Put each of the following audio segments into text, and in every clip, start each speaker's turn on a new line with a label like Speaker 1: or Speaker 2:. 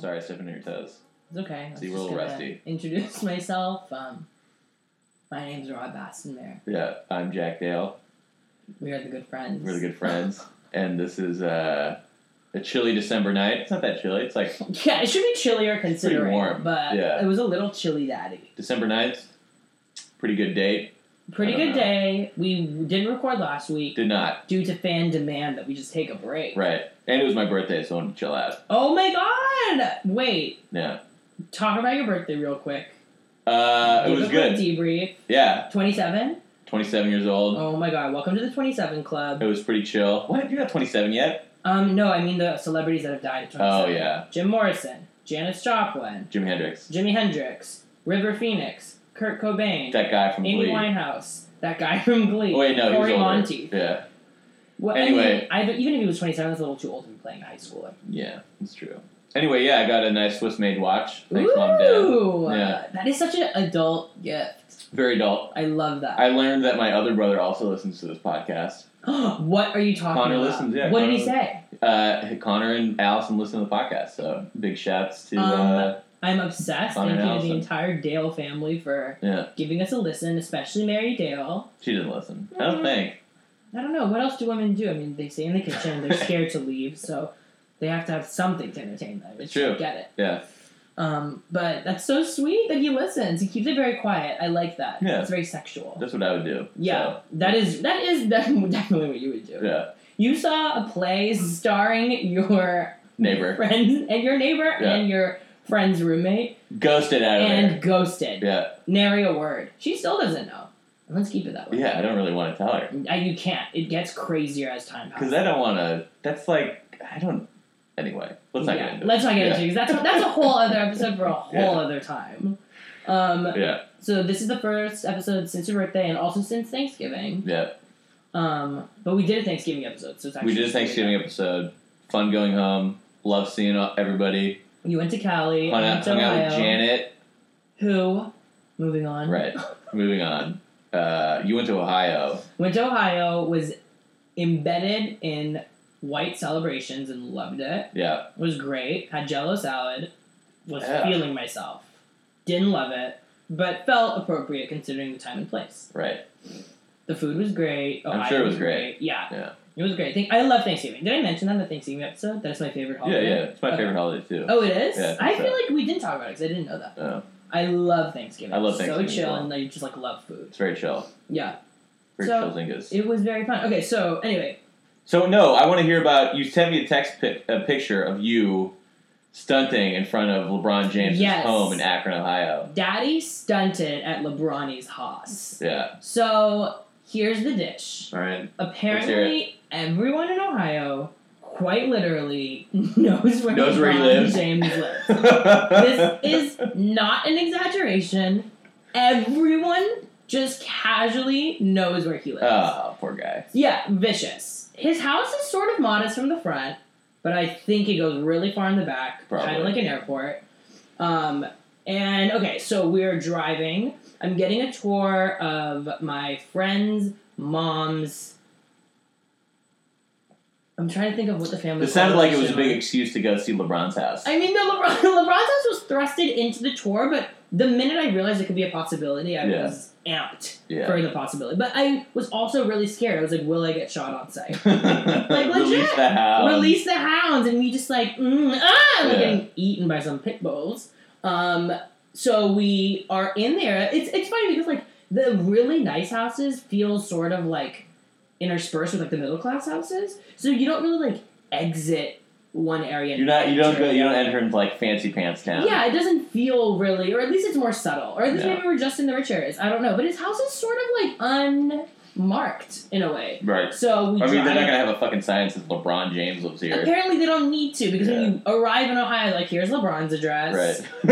Speaker 1: Sorry, stepping on your toes.
Speaker 2: It's okay. I was
Speaker 1: So you were a
Speaker 2: just
Speaker 1: little
Speaker 2: gonna
Speaker 1: rusty.
Speaker 2: Introduce myself. Um, my name's Rod Bassenbear.
Speaker 1: Yeah, I'm Jack Dale.
Speaker 2: We are the good friends.
Speaker 1: We're the good friends, and this is uh, a chilly December night. It's not that chilly. It's like
Speaker 2: Yeah, it should be chillier considering.
Speaker 1: warm,
Speaker 2: But
Speaker 1: yeah.
Speaker 2: it was a little chilly daddy.
Speaker 1: December 9th. Pretty good date.
Speaker 2: Pretty
Speaker 1: I don't
Speaker 2: good
Speaker 1: know.
Speaker 2: day. We didn't record last week
Speaker 1: Did not
Speaker 2: due to fan demand that we just take a break.
Speaker 1: right, and it was my birthday, so I wanted to chill out.
Speaker 2: Oh my god! Wait,
Speaker 1: Yeah,
Speaker 2: talk about your birthday real quick.
Speaker 1: uh, it
Speaker 2: Give
Speaker 1: was
Speaker 2: a quick
Speaker 1: good.
Speaker 2: Debrief.
Speaker 1: Yeah,
Speaker 2: 27?
Speaker 1: 27 years old.
Speaker 2: Oh my god, welcome to the 27 Club.
Speaker 1: It was pretty chill. What? You're not 27 yet?
Speaker 2: Um, no, I mean the celebrities that have died at 27.
Speaker 1: Oh yeah,
Speaker 2: Jim Morrison, Janis Joplin,
Speaker 1: Jimi Hendrix.
Speaker 2: Jimi Hendrix, River Phoenix, Kurt Cobain,
Speaker 1: That guy from
Speaker 2: Amy
Speaker 1: Glee. Oh,
Speaker 2: Winehouse, that guy from Glee,
Speaker 1: Wait, no,
Speaker 2: Cory
Speaker 1: he was older.
Speaker 2: Monteith.
Speaker 1: Yeah,
Speaker 2: Well,
Speaker 1: Anyway.
Speaker 2: I mean, I, even if he was 27, that's a little too old to be playing high schooler.
Speaker 1: yeah, it's true. Anyway, yeah, I got a nice Swiss-made watch. Thanks,
Speaker 2: Ooh,
Speaker 1: mom, dad.
Speaker 2: uh, that is such an adult gift.
Speaker 1: Very adult.
Speaker 2: I love that.
Speaker 1: I learned that my other brother also listens to this podcast.
Speaker 2: what are you talking
Speaker 1: Connor
Speaker 2: about?
Speaker 1: listens, yeah,
Speaker 2: what
Speaker 1: Connor
Speaker 2: did he say?
Speaker 1: Uh, Connor and Allison listen to the podcast, so big shouts to
Speaker 2: Um,
Speaker 1: uh,
Speaker 2: I'm obsessed.
Speaker 1: Connor
Speaker 2: Thank you to
Speaker 1: Allison.
Speaker 2: the entire Dale family for
Speaker 1: yeah.
Speaker 2: giving us a listen, especially Mary Dale.
Speaker 1: She didn't listen. I don't
Speaker 2: Mhm.
Speaker 1: think.
Speaker 2: I don't know what else do women do. I mean, they stay in the kitchen. They're scared to leave, so they have to have something to entertain them.
Speaker 1: It's true.
Speaker 2: Get it.
Speaker 1: Yeah.
Speaker 2: Um, but that's so sweet that he listens. He keeps it very quiet. I like that.
Speaker 1: Yeah.
Speaker 2: It's very sexual.
Speaker 1: That's what I would do.
Speaker 2: Yeah, that is that is def- definitely what you would do.
Speaker 1: So, yeah.
Speaker 2: You saw a play starring your
Speaker 1: Neighbor.
Speaker 2: friends and your neighbor
Speaker 1: Yeah.
Speaker 2: and your friend's roommate
Speaker 1: Ghosted out of
Speaker 2: and ghosted.
Speaker 1: there.
Speaker 2: Nary a word. She still doesn't know. Let's keep it that
Speaker 1: Yeah.
Speaker 2: way.
Speaker 1: Yeah, I don't really want to tell her.
Speaker 2: I, you can't. It gets crazier as time passes.
Speaker 1: Because I don't want to. That's like. I don't. Anyway, let's not
Speaker 2: yeah,
Speaker 1: get into
Speaker 2: let's not get
Speaker 1: Yeah.
Speaker 2: into it 'cause that's that's a whole other episode for a whole
Speaker 1: Yeah.
Speaker 2: other time. Um,
Speaker 1: it. Yeah.
Speaker 2: so this is the first episode since your birthday and also since Thanksgiving.
Speaker 1: Yeah.
Speaker 2: Um, but we did a Thanksgiving episode, so it's actually
Speaker 1: We did a Thanksgiving episode. Fun going home. Love seeing everybody.
Speaker 2: You went to Cali,
Speaker 1: Hung
Speaker 2: I
Speaker 1: out,
Speaker 2: went to
Speaker 1: hung out with
Speaker 2: Ohio.
Speaker 1: Janet.
Speaker 2: Who? Moving on.
Speaker 1: Right. Moving on. Uh, you went to Ohio.
Speaker 2: Went to Ohio, was embedded in white celebrations and loved it.
Speaker 1: Yeah.
Speaker 2: was great. Had jello salad. Was
Speaker 1: Yeah.
Speaker 2: feeling myself. Didn't love it, but felt appropriate considering the time and place.
Speaker 1: Right.
Speaker 2: The food was great. Oh,
Speaker 1: I'm
Speaker 2: Ohio
Speaker 1: sure it was great.
Speaker 2: Yeah.
Speaker 1: Yeah.
Speaker 2: It was great. Thank- I love Thanksgiving. Did I mention that in the Thanksgiving episode? That's my favorite
Speaker 1: Yeah,
Speaker 2: holiday.
Speaker 1: yeah. It's my
Speaker 2: Okay.
Speaker 1: favorite holiday too.
Speaker 2: Oh, it is?
Speaker 1: Yeah, I
Speaker 2: I
Speaker 1: think
Speaker 2: feel
Speaker 1: so.
Speaker 2: like we didn't talk about it because I didn't know that.
Speaker 1: Oh.
Speaker 2: I love Thanksgiving.
Speaker 1: I love
Speaker 2: It's
Speaker 1: Thanksgiving as
Speaker 2: So chill,
Speaker 1: well.
Speaker 2: and I just like love food.
Speaker 1: It's very chill.
Speaker 2: Yeah.
Speaker 1: Very
Speaker 2: So-
Speaker 1: chill zingas.
Speaker 2: It was very fun. Okay, so anyway,
Speaker 1: So no, I want to hear about. You sent me a text pic, a picture of you stunting in front of LeBron James'
Speaker 2: Yes.
Speaker 1: home in Akron, Ohio.
Speaker 2: Daddy stunted at LeBronny's house.
Speaker 1: Yeah.
Speaker 2: So here's the dish.
Speaker 1: All right.
Speaker 2: Apparently, everyone in Ohio, quite literally, knows where
Speaker 1: Knows where he
Speaker 2: LeBron
Speaker 1: lives.
Speaker 2: James lives. this is not an exaggeration. Everyone just casually knows where he lives.
Speaker 1: Oh, poor guy.
Speaker 2: Yeah, vicious. His house is sort of modest from the front, but I think it goes really far in the back, kind
Speaker 1: Probably.
Speaker 2: of like an airport. Um, and okay, so we're driving. I'm getting a tour of my friend's mom's. I'm trying to think of what the family.
Speaker 1: This sounded like it was a
Speaker 2: constellation
Speaker 1: big excuse to go see LeBron's house.
Speaker 2: I mean, the LeBron, LeBron's house was thrusted into the tour, but the minute I realized it could be a possibility, I
Speaker 1: Yeah.
Speaker 2: was amped
Speaker 1: Yeah.
Speaker 2: for the possibility. But I was also really scared. I was like, will I get shot on sight?
Speaker 1: like Release
Speaker 2: legit.
Speaker 1: the house.
Speaker 2: Release the hounds, and we just like, mm, ah, like
Speaker 1: Um, Yeah.
Speaker 2: getting eaten by some pit bulls. Um, so we are in there. It's it's funny because like the really nice houses feel sort of like interspersed with like the middle class houses, so you don't really like exit one area. and
Speaker 1: You're not. You don't
Speaker 2: enter
Speaker 1: go. You don't enter into like fancy pants town.
Speaker 2: yeah, it doesn't feel really, or at least it's more subtle, or at least
Speaker 1: Yeah.
Speaker 2: maybe we're just in the rich areas. I don't know, but his house is sort of like unmarked in a way.
Speaker 1: Right.
Speaker 2: So we
Speaker 1: I mean,
Speaker 2: drive.
Speaker 1: they're not gonna have a fucking sign that says LeBron James lives here.
Speaker 2: Apparently, they don't need to because
Speaker 1: Yeah.
Speaker 2: when you arrive in Ohio, like here's LeBron's address.
Speaker 1: Right.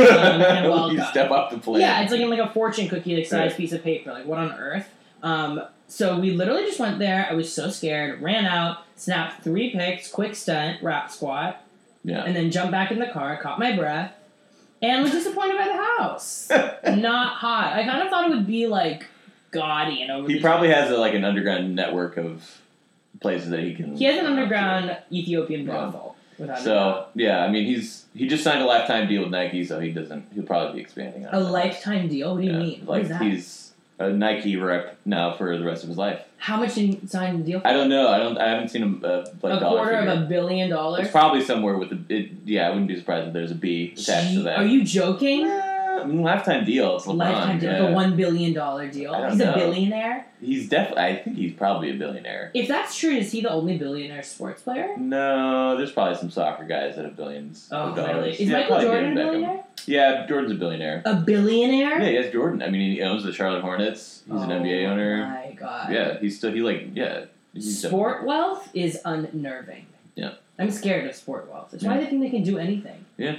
Speaker 2: and
Speaker 1: you
Speaker 2: welcome.
Speaker 1: step up the plane.
Speaker 2: Um, Yeah, it's like in like a fortune cookie like size
Speaker 1: Right.
Speaker 2: piece of paper. Like what on earth? Um, so we literally just went there. I was so scared. Ran out, snapped three pics, quick stunt, rap squat,
Speaker 1: yeah.
Speaker 2: and then jumped back in the car. Caught my breath, and was disappointed by the house. not hot. I kind of thought it would be like gaudy and over.
Speaker 1: He
Speaker 2: the
Speaker 1: probably
Speaker 2: top.
Speaker 1: has a, like an underground network of places that he can.
Speaker 2: He has an underground Ethiopian brothel. Without a doubt.
Speaker 1: So yeah, I mean he's he just signed a lifetime deal with Nike, so he doesn't he'll probably be expanding on
Speaker 2: a
Speaker 1: it.
Speaker 2: lifetime deal. What do you
Speaker 1: Yeah,
Speaker 2: mean? What
Speaker 1: Like
Speaker 2: is that?
Speaker 1: he's a Nike rep now for the rest of his life.
Speaker 2: How much did he sign the deal? For?
Speaker 1: I don't know. I don't. I haven't seen him uh, like
Speaker 2: a
Speaker 1: dollar
Speaker 2: quarter
Speaker 1: figure.
Speaker 2: of a billion dollars.
Speaker 1: It's probably somewhere with the. It, yeah, I wouldn't be surprised if there's a B attached
Speaker 2: Gee,
Speaker 1: to that.
Speaker 2: Are you joking?
Speaker 1: Nah, I mean, lifetime deal. It's LeBron.
Speaker 2: lifetime deal,
Speaker 1: yeah.
Speaker 2: the one billion dollar deal.
Speaker 1: I don't
Speaker 2: He's
Speaker 1: know.
Speaker 2: a billionaire.
Speaker 1: He's definitely. I think he's probably a billionaire.
Speaker 2: If that's true, is he the only billionaire sports player?
Speaker 1: No, there's probably some soccer guys that have billions
Speaker 2: Oh,
Speaker 1: of dollars.
Speaker 2: really? Is
Speaker 1: yeah,
Speaker 2: Michael
Speaker 1: probably
Speaker 2: Jordan a
Speaker 1: David Beckham.
Speaker 2: billionaire?
Speaker 1: Yeah, Jordan's a billionaire.
Speaker 2: A billionaire?
Speaker 1: Yeah, he has Jordan. I mean, he owns the Charlotte Hornets. He's an
Speaker 2: Oh
Speaker 1: NBA owner.
Speaker 2: My God.
Speaker 1: Yeah, he's still he like yeah. He's definitely-
Speaker 2: Sport wealth is unnerving.
Speaker 1: Yeah.
Speaker 2: I'm scared of sport wealth. It's why
Speaker 1: Yeah.
Speaker 2: they think they can do anything.
Speaker 1: It's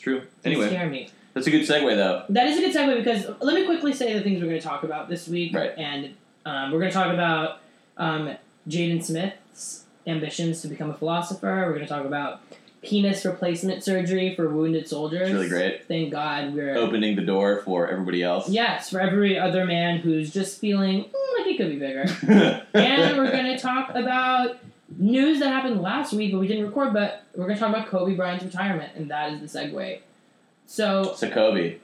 Speaker 1: true.
Speaker 2: They
Speaker 1: Anyway,
Speaker 2: scare me.
Speaker 1: that's a good segue though.
Speaker 2: That is a good segue because uh, let me quickly say the things we're going to talk about this week.
Speaker 1: Right.
Speaker 2: And um, we're going to talk about um, Jaden Smith's ambitions to become a philosopher. We're going to talk about penis replacement surgery for wounded soldiers.
Speaker 1: It's really great. Oh.
Speaker 2: Thank God we're
Speaker 1: Opening the door for everybody else.
Speaker 2: yes for every other man who's just feeling "Mm, like it could be bigger. and we're going to talk about news that happened last week, but we didn't record. But we're going to talk about Kobe Bryant's retirement, and that is the segue. So
Speaker 1: So Kobe,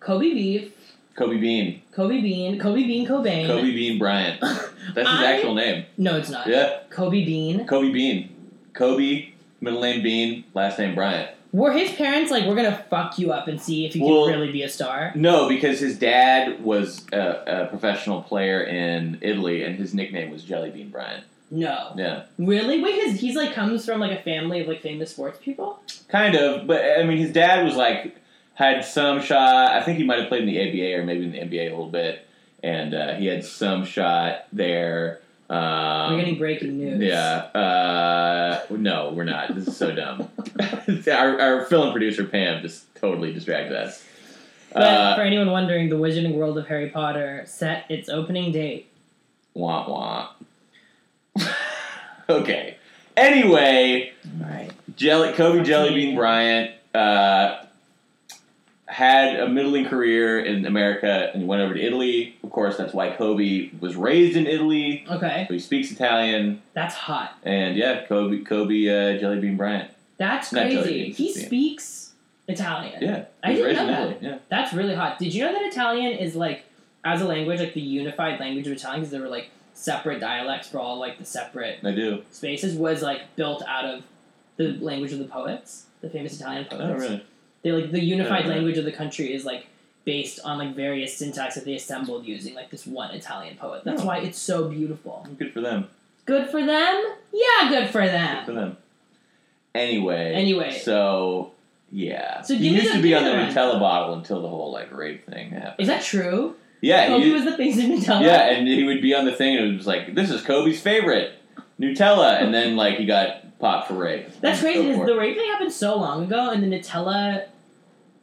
Speaker 2: Kobe beef,
Speaker 1: Kobe Bean,
Speaker 2: Kobe Bean, Kobe Bean Cobain.
Speaker 1: Kobe Bean Bryant. That's his
Speaker 2: I-
Speaker 1: actual name.
Speaker 2: No, it's not.
Speaker 1: Yeah,
Speaker 2: Kobe Bean.
Speaker 1: Kobe Bean, Kobe middle name Bean, last name Bryant.
Speaker 2: Were his parents like, we're gonna fuck you up and see if you
Speaker 1: Well-
Speaker 2: can really be a star?
Speaker 1: No, because his dad was a, a professional player in Italy, and his nickname was Jelly Bean Bryant.
Speaker 2: No.
Speaker 1: Yeah,
Speaker 2: Really? Wait, his he's like comes from like a family of like famous sports people?
Speaker 1: kind of. But I mean, his dad was like had some shot. I think he might have played in the ABA or maybe in the NBA a little bit, and uh, he had some shot there. Um,
Speaker 2: we're getting breaking news.
Speaker 1: Yeah. Uh, no, we're not. This is so dumb. our, our film producer Pam just totally distracted us.
Speaker 2: But
Speaker 1: Uh,
Speaker 2: for anyone wondering, the Wizarding World of Harry Potter set its opening date.
Speaker 1: wah wah. okay. Anyway,
Speaker 2: Alright.
Speaker 1: Jelly, Kobe Jellybean Bryant uh, had a middling career in America and went over to Italy. Of course, that's why Kobe was raised in Italy.
Speaker 2: Okay.
Speaker 1: So he speaks Italian,
Speaker 2: That's hot.
Speaker 1: and yeah, Kobe Kobe uh, Jellybean Bryant.
Speaker 2: That's
Speaker 1: Not Italian,
Speaker 2: crazy.
Speaker 1: it's
Speaker 2: He
Speaker 1: Italian.
Speaker 2: speaks Italian.
Speaker 1: Yeah, he
Speaker 2: I
Speaker 1: was
Speaker 2: didn't
Speaker 1: raised
Speaker 2: know
Speaker 1: in
Speaker 2: that.
Speaker 1: Italy. Yeah.
Speaker 2: That's really hot. Did you know that Italian is like, as a language, like the unified language of Italian, because there were like separate dialects for all like the separate
Speaker 1: I do.
Speaker 2: spaces, was like built out of the language of the poets, the famous Italian poets.
Speaker 1: Oh, really?
Speaker 2: They like the unified
Speaker 1: Oh, right.
Speaker 2: language of the country is like based on like various syntax that they assembled using like this one Italian poet. That's
Speaker 1: Oh.
Speaker 2: why it's so beautiful.
Speaker 1: Good for them.
Speaker 2: Good for them. Yeah, good for
Speaker 1: Good for
Speaker 2: them.
Speaker 1: them. Anyway.
Speaker 2: Anyway.
Speaker 1: So, yeah.
Speaker 2: So
Speaker 1: he
Speaker 2: give me
Speaker 1: used
Speaker 2: the-
Speaker 1: to be
Speaker 2: give
Speaker 1: on
Speaker 2: me
Speaker 1: the
Speaker 2: the
Speaker 1: Nutella bottle until the whole, like, rape thing happened.
Speaker 2: Is that true?
Speaker 1: Yeah.
Speaker 2: Kobe
Speaker 1: he,
Speaker 2: was the face of Nutella.
Speaker 1: yeah, and he would be on the thing, and it was like, this is Kobe's favorite, Nutella. And then, like, he got popped for rape.
Speaker 2: That's
Speaker 1: Go
Speaker 2: crazy.
Speaker 1: for
Speaker 2: Because
Speaker 1: it.
Speaker 2: the rape thing happened so long ago, and the Nutella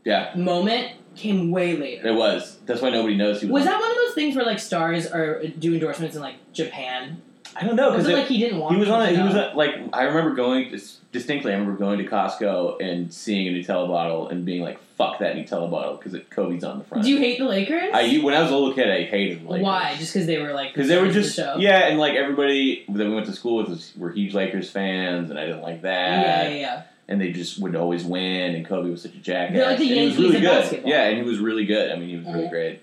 Speaker 1: Yeah.
Speaker 2: moment came way later.
Speaker 1: It was. That's why nobody knows he was.
Speaker 2: Was
Speaker 1: on-
Speaker 2: that one of those things where like stars are uh, do endorsements in like Japan?
Speaker 1: I don't know,
Speaker 2: was
Speaker 1: because
Speaker 2: it, like he didn't want?
Speaker 1: He was
Speaker 2: them
Speaker 1: on.
Speaker 2: to
Speaker 1: He was
Speaker 2: know?
Speaker 1: on, like I remember going dis- distinctly. I remember going to Costco and seeing a Nutella bottle and being like, "Fuck that Nutella bottle," because Kobe's on the front.
Speaker 2: Do you hate the Lakers?
Speaker 1: I u- when I was a little kid, I hated Lakers.
Speaker 2: Why? Just because they were like
Speaker 1: Because they were
Speaker 2: stars of
Speaker 1: just
Speaker 2: the show.
Speaker 1: yeah, and like everybody that we went to school with was, were huge Lakers fans, and I didn't like that.
Speaker 2: yeah, yeah,
Speaker 1: And they just would always win, and Kobe was such a jackass.
Speaker 2: They're like the
Speaker 1: and he was
Speaker 2: Yankees
Speaker 1: really
Speaker 2: of
Speaker 1: good.
Speaker 2: basketball.
Speaker 1: Yeah, and he was really good. I mean, he was really
Speaker 2: Mhm.
Speaker 1: great.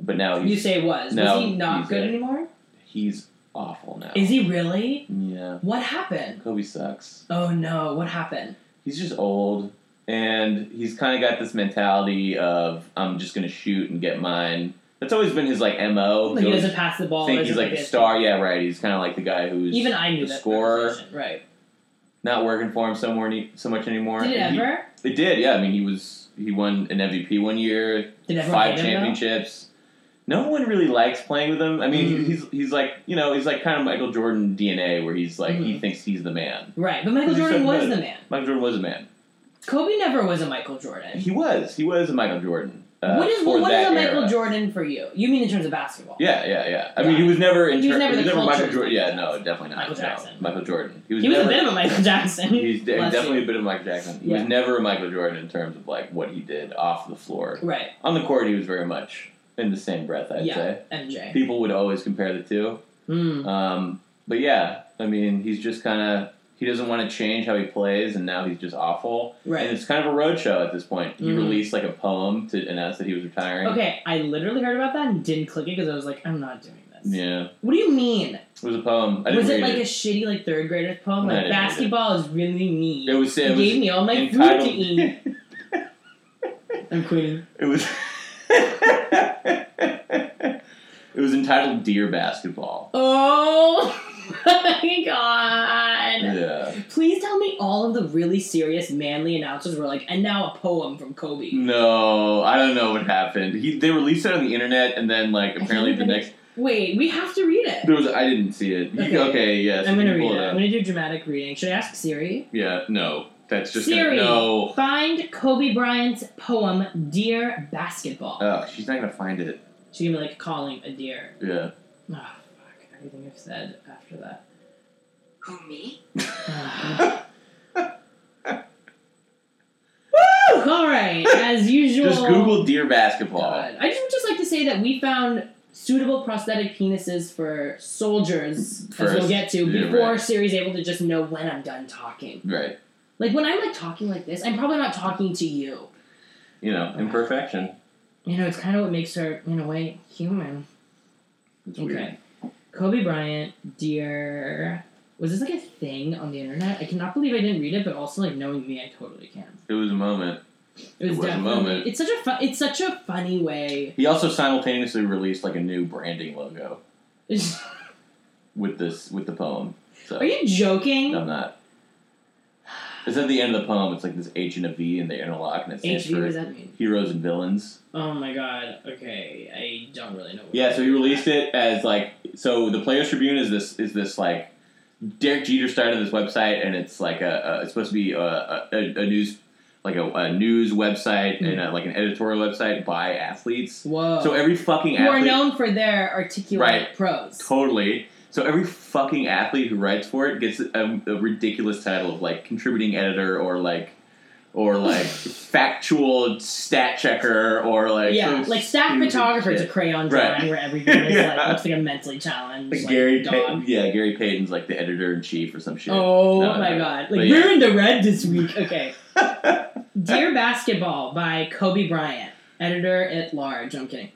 Speaker 1: But now
Speaker 2: yeah.
Speaker 1: he's
Speaker 2: You say was
Speaker 1: No,
Speaker 2: was he
Speaker 1: he's
Speaker 2: not good
Speaker 1: a-
Speaker 2: anymore?
Speaker 1: he's awful now.
Speaker 2: Is he really?
Speaker 1: yeah,
Speaker 2: What happened?
Speaker 1: Kobe sucks.
Speaker 2: Oh no! What happened?
Speaker 1: he's just old and he's kind of got this mentality of i'm just going to shoot and get mine that's always been his like mo He
Speaker 2: Like he
Speaker 1: always
Speaker 2: doesn't pass the ball.
Speaker 1: think
Speaker 2: doesn't
Speaker 1: he's like a
Speaker 2: get-
Speaker 1: star yeah right he's kind of like the guy who's
Speaker 2: Even I
Speaker 1: the
Speaker 2: knew that.
Speaker 1: scorer.
Speaker 2: position, right?
Speaker 1: not working for him somewhere ne- so much anymore
Speaker 2: Did it
Speaker 1: And he-
Speaker 2: ever?
Speaker 1: it did yeah i mean he was he won an mvp one year
Speaker 2: Did everyone
Speaker 1: five
Speaker 2: hate him, though?
Speaker 1: championships no one really likes playing with him i mean
Speaker 2: Mm.
Speaker 1: he's he's like you know he's like kind of michael jordan dna where he's like
Speaker 2: Hmm.
Speaker 1: he thinks he's the man
Speaker 2: Right, but Michael
Speaker 1: He's so
Speaker 2: Jordan was
Speaker 1: good.
Speaker 2: the man.
Speaker 1: michael jordan was a man
Speaker 2: Kobe never was a Michael Jordan.
Speaker 1: he was he was a michael jordan uh,
Speaker 2: what is
Speaker 1: for
Speaker 2: well, what is
Speaker 1: that
Speaker 2: a Michael
Speaker 1: era.
Speaker 2: Jordan for you? You mean in terms of basketball?
Speaker 1: Yeah, yeah, yeah. I
Speaker 2: Yeah.
Speaker 1: mean, he was never in
Speaker 2: He was
Speaker 1: ter-
Speaker 2: never the culture
Speaker 1: Michael Jordan. Yeah,
Speaker 2: Michael
Speaker 1: no,
Speaker 2: Jackson.
Speaker 1: definitely not. No,
Speaker 2: Michael Jackson.
Speaker 1: Michael Jordan. He was,
Speaker 2: he was
Speaker 1: never.
Speaker 2: a bit of a Michael Jackson.
Speaker 1: He's de-
Speaker 2: Bless
Speaker 1: definitely
Speaker 2: you.
Speaker 1: a bit of Michael Jackson. He
Speaker 2: Yeah.
Speaker 1: was never a Michael Jordan in terms of like what he did off the floor.
Speaker 2: right,
Speaker 1: On the court, he was very much in the same breath. I'd
Speaker 2: Yeah.
Speaker 1: say
Speaker 2: MJ.
Speaker 1: people would always compare the two.
Speaker 2: Mm.
Speaker 1: Um, but yeah, I mean, he's just kind of He doesn't want to change how he plays, and now he's just awful.
Speaker 2: Right.
Speaker 1: And it's kind of a roadshow at this point. He
Speaker 2: Mhm.
Speaker 1: released like a poem to announce that he was retiring.
Speaker 2: Okay, I literally heard about that and didn't click it because I was like, I'm not doing this.
Speaker 1: Yeah,
Speaker 2: What do you mean?
Speaker 1: it was a poem. I didn't
Speaker 2: was it
Speaker 1: read
Speaker 2: like
Speaker 1: it.
Speaker 2: a shitty like third grader's poem?
Speaker 1: No, I
Speaker 2: Like
Speaker 1: didn't read it.
Speaker 2: basketball is really mean.
Speaker 1: it was.
Speaker 2: You
Speaker 1: It was
Speaker 2: gave me all my food to E?
Speaker 1: entitled.
Speaker 2: eat. I'm quitting.
Speaker 1: it was. it was entitled "Dear Basketball."
Speaker 2: Oh my god.
Speaker 1: Yeah.
Speaker 2: Please tell me all of the really serious manly announcers were like, and now a poem from
Speaker 1: Hmm.
Speaker 2: Kobe.
Speaker 1: No, I don't know what happened. He they released it on the internet, and then like
Speaker 2: can't
Speaker 1: apparently the
Speaker 2: even-
Speaker 1: next
Speaker 2: Wait, we have to read it.
Speaker 1: there was I didn't see it. He-
Speaker 2: Okay.
Speaker 1: yes.
Speaker 2: I'm gonna
Speaker 1: you
Speaker 2: read
Speaker 1: pull
Speaker 2: it. I'm
Speaker 1: up.
Speaker 2: gonna do dramatic reading. Should I ask Siri?
Speaker 1: Yeah. No, that's just gonna-
Speaker 2: Siri.
Speaker 1: no.
Speaker 2: Find Kobe Bryant's poem, Dear Basketball.
Speaker 1: Oh, she's not gonna find it.
Speaker 2: She's gonna be like calling a deer.
Speaker 1: Yeah.
Speaker 2: Oh, fuck. Everything I've said after that.
Speaker 3: Who, me?
Speaker 2: Woo! Alright, as usual.
Speaker 1: Just Google deer basketball.
Speaker 2: God. I just would just like to say that we found suitable prosthetic penises for soldiers, as
Speaker 1: First.
Speaker 2: we'll get to,
Speaker 1: Yeah,
Speaker 2: before
Speaker 1: right.
Speaker 2: Siri's able to just know when I'm done talking.
Speaker 1: Right.
Speaker 2: Like when I'm like talking like this, I'm probably not talking to you.
Speaker 1: You know, imperfection.
Speaker 2: You know, it's kind of what makes her, in a way, human.
Speaker 1: It's weird.
Speaker 2: Okay. Kobe Bryant, dear. Was this like a thing on the internet? I cannot believe I didn't read it, but also like knowing me, I totally can.
Speaker 1: It was a moment.
Speaker 2: It was,
Speaker 1: It was a
Speaker 2: definitely.
Speaker 1: moment.
Speaker 2: It's such a fun. It's such a funny way.
Speaker 1: He also simultaneously released like a new branding logo with this with the poem. So
Speaker 2: Are you joking?
Speaker 1: I'm not. It's at the end of the poem. It's like this H and a V and they interlock and it stands
Speaker 2: HV, what
Speaker 1: for
Speaker 2: does that mean?
Speaker 1: heroes and villains.
Speaker 2: Oh my god. Okay, I don't really know. What
Speaker 1: Yeah, so he released it as like so the Players Tribune is this is this like Derek Jeter started this website and it's like a, a it's supposed to be a, a, a news like a, a news website and a, like an editorial website by athletes.
Speaker 2: Whoa.
Speaker 1: So every fucking
Speaker 2: who Oh. are
Speaker 1: athlete
Speaker 2: known for their articulate
Speaker 1: Right.
Speaker 2: prose.
Speaker 1: totally. So every fucking athlete who writes for it gets a, a ridiculous title of like contributing editor or like or like factual stat checker or like
Speaker 2: yeah,
Speaker 1: some
Speaker 2: like staff
Speaker 1: stupid
Speaker 2: photographer is
Speaker 1: shit.
Speaker 2: a crayon drawing
Speaker 1: Right.
Speaker 2: where everything is
Speaker 1: Yeah.
Speaker 2: like looks like a mentally challenged
Speaker 1: Like
Speaker 2: like,
Speaker 1: Gary
Speaker 2: dog.
Speaker 1: Payton, yeah, Gary Payton's like the editor in chief or some shit.
Speaker 2: Oh
Speaker 1: No,
Speaker 2: my
Speaker 1: no.
Speaker 2: god.
Speaker 1: But
Speaker 2: Like
Speaker 1: yeah.
Speaker 2: we're in the red this week. Okay. Dear Basketball by Kobe Bryant, editor at large. I'm kidding.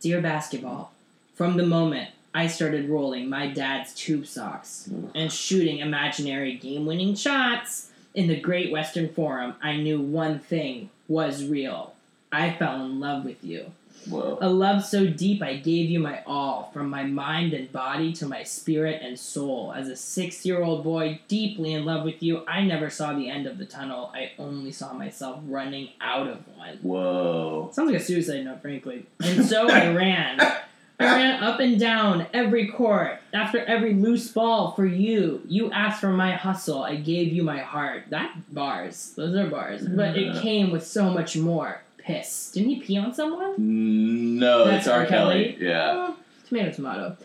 Speaker 2: Dear Basketball, from the moment I started rolling my dad's tube socks and shooting imaginary game winning shots in the Great Western Forum, I knew one thing was real. I fell in love with you.
Speaker 1: Whoa.
Speaker 2: A love so deep I gave you my all, from my mind and body to my spirit and soul. As a six year old boy deeply in love with you, I never saw the end of the tunnel. I only saw myself running out of one.
Speaker 1: Whoa.
Speaker 2: Sounds like a suicide note, frankly. And so I ran. I ran up and down every court, after every loose ball for you. You asked for my hustle. I gave you my heart. That bars. Those are bars. But it
Speaker 1: Yeah.
Speaker 2: came with so much more. Piss. Didn't he pee on someone?
Speaker 1: No,
Speaker 2: That's
Speaker 1: it's R.
Speaker 2: R.
Speaker 1: Kelly. Yeah.
Speaker 2: Mm, Tomato, tomato.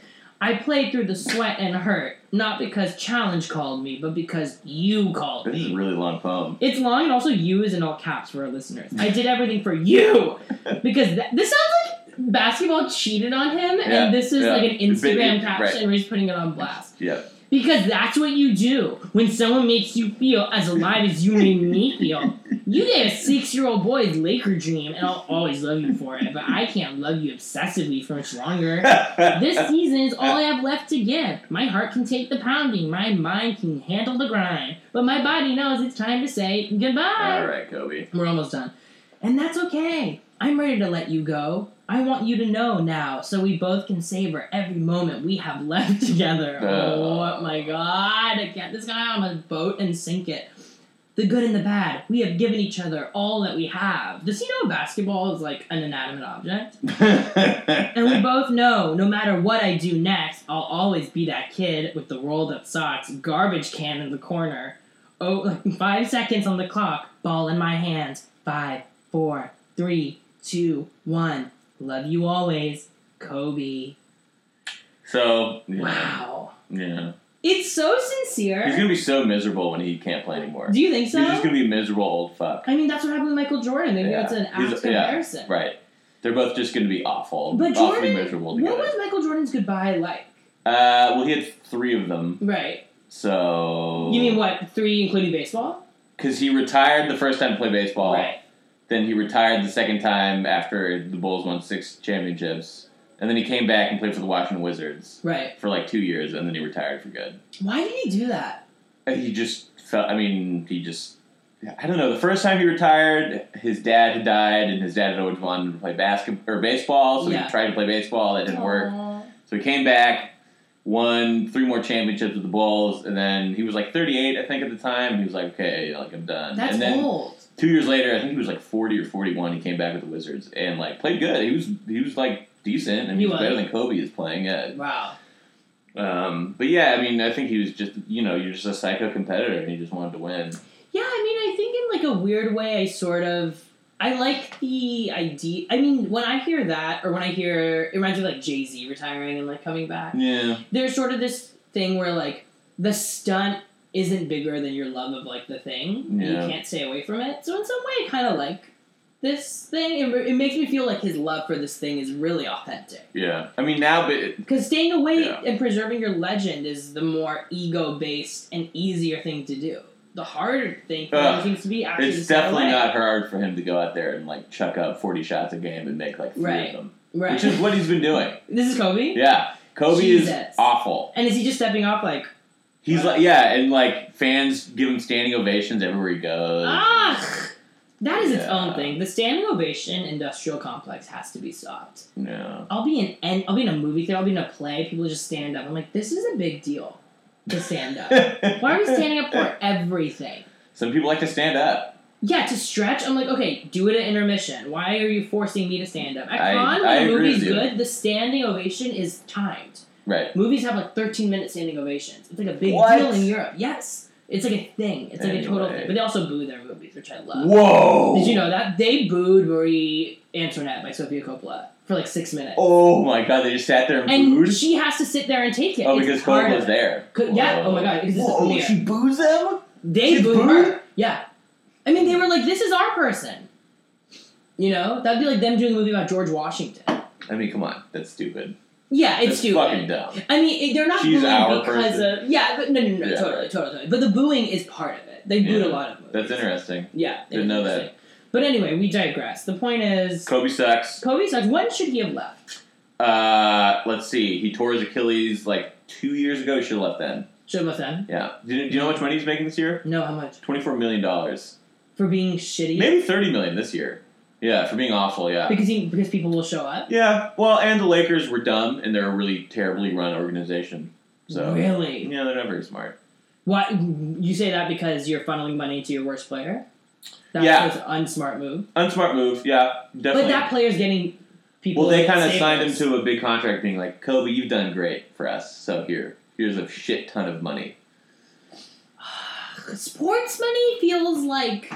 Speaker 2: I played through the sweat and hurt, not because Challenge called me, but because you called
Speaker 1: This is a
Speaker 2: me.
Speaker 1: really long poem.
Speaker 2: It's long and also you is in all caps for our listeners. I did everything for you because that, this sounds like basketball cheated on him,
Speaker 1: Yeah,
Speaker 2: and this is
Speaker 1: yeah.
Speaker 2: like an
Speaker 1: It's been-
Speaker 2: Instagram
Speaker 1: it- right.
Speaker 2: caption. We're just putting it on blast.
Speaker 1: Yeah.
Speaker 2: Because that's what you do when someone makes you feel as alive as you made me feel. You gave a six year old boy his Laker dream, and I'll always love you for it, but I can't love you obsessively for much longer. This season is all I have left to give. My heart can take the pounding, my mind can handle the grind, but my body knows it's time to say goodbye.
Speaker 1: All right, Kobe.
Speaker 2: We're almost done. And that's okay. I'm ready to let you go. I want you to know now so we both can savor every moment we have left together.
Speaker 1: Uh.
Speaker 2: Oh my god, I can't this guy on a boat and sink it. The good and the bad. We have given each other all that we have. Does he know basketball is like an inanimate object? And we both know no matter what I do next, I'll always be that kid with the rolled up socks, garbage can in the corner. Oh, like five seconds on the clock, ball in my hands. Five, four, three, two, one. Love you always, Kobe.
Speaker 1: so, yeah.
Speaker 2: Wow.
Speaker 1: yeah.
Speaker 2: It's so
Speaker 1: He's
Speaker 2: sincere.
Speaker 1: going to be so miserable when he can't play anymore.
Speaker 2: Do you think so?
Speaker 1: He's just going to be a miserable old fuck.
Speaker 2: I mean, that's what happened with Michael Jordan. Maybe
Speaker 1: Yeah.
Speaker 2: that's an
Speaker 1: He's-
Speaker 2: apt
Speaker 1: yeah.
Speaker 2: comparison.
Speaker 1: Right. They're both just going to be awful.
Speaker 2: But
Speaker 1: awfully
Speaker 2: Jordan,
Speaker 1: miserable
Speaker 2: what
Speaker 1: together.
Speaker 2: was Michael Jordan's goodbye like?
Speaker 1: uh, well, he had three of them.
Speaker 2: Right.
Speaker 1: So Oh.
Speaker 2: You mean what? Three, including baseball?
Speaker 1: Because he retired the first time to play baseball.
Speaker 2: Right.
Speaker 1: Then he retired the second time after the Bulls won six championships, and then he came back and played for the Washington Wizards
Speaker 2: Right.
Speaker 1: for like two years, and then he retired for good.
Speaker 2: Why did he do that?
Speaker 1: And He just felt. I mean, he just. I don't know. The first time he retired, his dad had died, and his dad had always wanted to play basketball or baseball, so
Speaker 2: Yeah.
Speaker 1: he tried to play baseball. That didn't work.
Speaker 2: Aw.
Speaker 1: So he came back, won three more championships with the Bulls, and then he was like 38, I think, at the time. and He was like, okay, like I'm done.
Speaker 2: That's
Speaker 1: and then
Speaker 2: old.
Speaker 1: two years later, I think he was like 40 or 41. He came back with the Wizards and like played good. He was he was like decent, and he
Speaker 2: He
Speaker 1: was,
Speaker 2: was.
Speaker 1: better than Kobe is playing. Yeah.
Speaker 2: Wow.
Speaker 1: Um, but yeah, I mean, I think he was just you know you're just a psycho competitor, and he just wanted to win.
Speaker 2: Yeah, I mean, I think in like a weird way, I sort of I like the idea. I mean, when I hear that, or when I hear it reminds me of like Jay Z retiring and like coming back.
Speaker 1: Yeah,
Speaker 2: There's sort of this thing where like the stunt isn't bigger than your love of like the thing.
Speaker 1: Yeah.
Speaker 2: You can't stay away from it. So in some way, I kind of like this thing. It, it makes me feel like his love for this thing is really authentic.
Speaker 1: yeah. I mean now, but
Speaker 2: Because staying away
Speaker 1: Yeah.
Speaker 2: and preserving your legend is the more ego based and easier thing to do. The harder thing for
Speaker 1: Ugh.
Speaker 2: him seems to be actually to
Speaker 1: it's
Speaker 2: stay
Speaker 1: definitely
Speaker 2: away.
Speaker 1: not hard for him to go out there and like chuck up 40 shots a game and make like three
Speaker 2: Right.
Speaker 1: of them,
Speaker 2: right.
Speaker 1: which is what he's been doing.
Speaker 2: this is Kobe,
Speaker 1: Yeah, Kobe
Speaker 2: Jesus.
Speaker 1: is awful.
Speaker 2: and is he just stepping off like
Speaker 1: He's like, yeah, and like fans give him standing ovations everywhere he goes.
Speaker 2: ah? That is its own
Speaker 1: Yeah.
Speaker 2: thing. The standing ovation industrial complex has to be stopped.
Speaker 1: No.
Speaker 2: I'll be in and I'll be in a movie theater. I'll be in a play. People just stand up. I'm like, this is a big deal to stand up. Why are we standing up for everything?
Speaker 1: Some people like to stand up.
Speaker 2: Yeah, to stretch, I'm like, okay, do it at intermission. Why are you forcing me to stand up? At
Speaker 1: I-
Speaker 2: con,
Speaker 1: I
Speaker 2: when a
Speaker 1: agree
Speaker 2: movie's
Speaker 1: with you.
Speaker 2: good, the standing ovation is timed.
Speaker 1: Right.
Speaker 2: Movies have like 13 minute standing ovations. It's like a big
Speaker 1: What?
Speaker 2: deal in Europe. Yes, it's like a thing. It's like a total
Speaker 1: Anyway.
Speaker 2: thing. But they also boo their movies, which I love.
Speaker 1: Whoa!
Speaker 2: Did you know that they booed Marie Antoinette by Sofia Coppola for like six minutes?
Speaker 1: Oh my god, they just sat there and,
Speaker 2: and
Speaker 1: booed?
Speaker 2: she has to sit there and take it.
Speaker 1: oh,
Speaker 2: It's
Speaker 1: because
Speaker 2: part
Speaker 1: Cole
Speaker 2: of
Speaker 1: was
Speaker 2: it.
Speaker 1: there.
Speaker 2: Co- yeah, oh my God, because it's a
Speaker 1: Whoa,
Speaker 2: premiere.
Speaker 1: she boos them?
Speaker 2: They
Speaker 1: She
Speaker 2: booed
Speaker 1: booed?
Speaker 2: her. Yeah. I mean, they were like, this is our person. You know? That'd be like them doing a movie about George Washington.
Speaker 1: I mean, come on, that's stupid.
Speaker 2: Yeah, it's
Speaker 1: that's
Speaker 2: stupid.
Speaker 1: fucking dumb.
Speaker 2: I mean, it- they're not
Speaker 1: She's
Speaker 2: booing
Speaker 1: our
Speaker 2: because
Speaker 1: person.
Speaker 2: of. Yeah, but no, no, no,
Speaker 1: Yeah.
Speaker 2: totally, totally, totally. But the booing is part of it. They booed
Speaker 1: Yeah.
Speaker 2: a lot of movies.
Speaker 1: That's interesting.
Speaker 2: Yeah. it
Speaker 1: Didn't
Speaker 2: is
Speaker 1: know that.
Speaker 2: interesting. But anyway, we digress. The point is,
Speaker 1: Kobe sucks.
Speaker 2: Kobe sucks. When should he have left?
Speaker 1: Uh, let's see. He tore his Achilles like two years ago. He should have left then.
Speaker 2: Should have left then?
Speaker 1: Yeah. Do you, do you know how much money he's making this year?
Speaker 2: No, how much?
Speaker 1: $24 million.
Speaker 2: For being shitty?
Speaker 1: Maybe $30 million this year. Yeah, for being awful, yeah.
Speaker 2: Because he because people will show up.
Speaker 1: Yeah, well, and the Lakers were dumb, and they're a really terribly run organization. So
Speaker 2: Really?
Speaker 1: yeah, they're not very smart.
Speaker 2: Why you say that because you're funneling money to your worst player? That
Speaker 1: Yeah.
Speaker 2: was an unsmart move.
Speaker 1: Unsmart move, yeah,
Speaker 2: But
Speaker 1: definitely.
Speaker 2: that player's getting people.
Speaker 1: well, they kind of
Speaker 2: savers.
Speaker 1: signed him to a big contract, being like, "Kobe, you've done great for us, so here, here's a shit ton of money."
Speaker 2: Sports money feels like.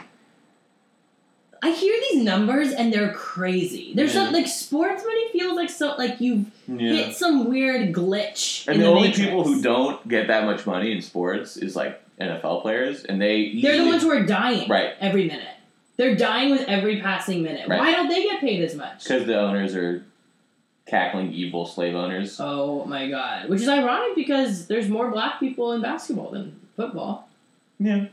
Speaker 2: I hear these numbers and they're crazy. There's
Speaker 1: Yeah.
Speaker 2: some like sports money feels like so like you've hit some weird glitch.
Speaker 1: And
Speaker 2: in
Speaker 1: the,
Speaker 2: the
Speaker 1: only
Speaker 2: matrix.
Speaker 1: people who don't get that much money in sports is like NFL players, and they
Speaker 2: they're the
Speaker 1: easily-
Speaker 2: ones who are dying
Speaker 1: Right.
Speaker 2: every minute. They're dying with every passing minute.
Speaker 1: Right.
Speaker 2: Why don't they get paid as much?
Speaker 1: because the owners are cackling evil slave owners.
Speaker 2: Oh my god. Which is ironic because there's more black people in basketball than football.
Speaker 1: Yeah,
Speaker 2: I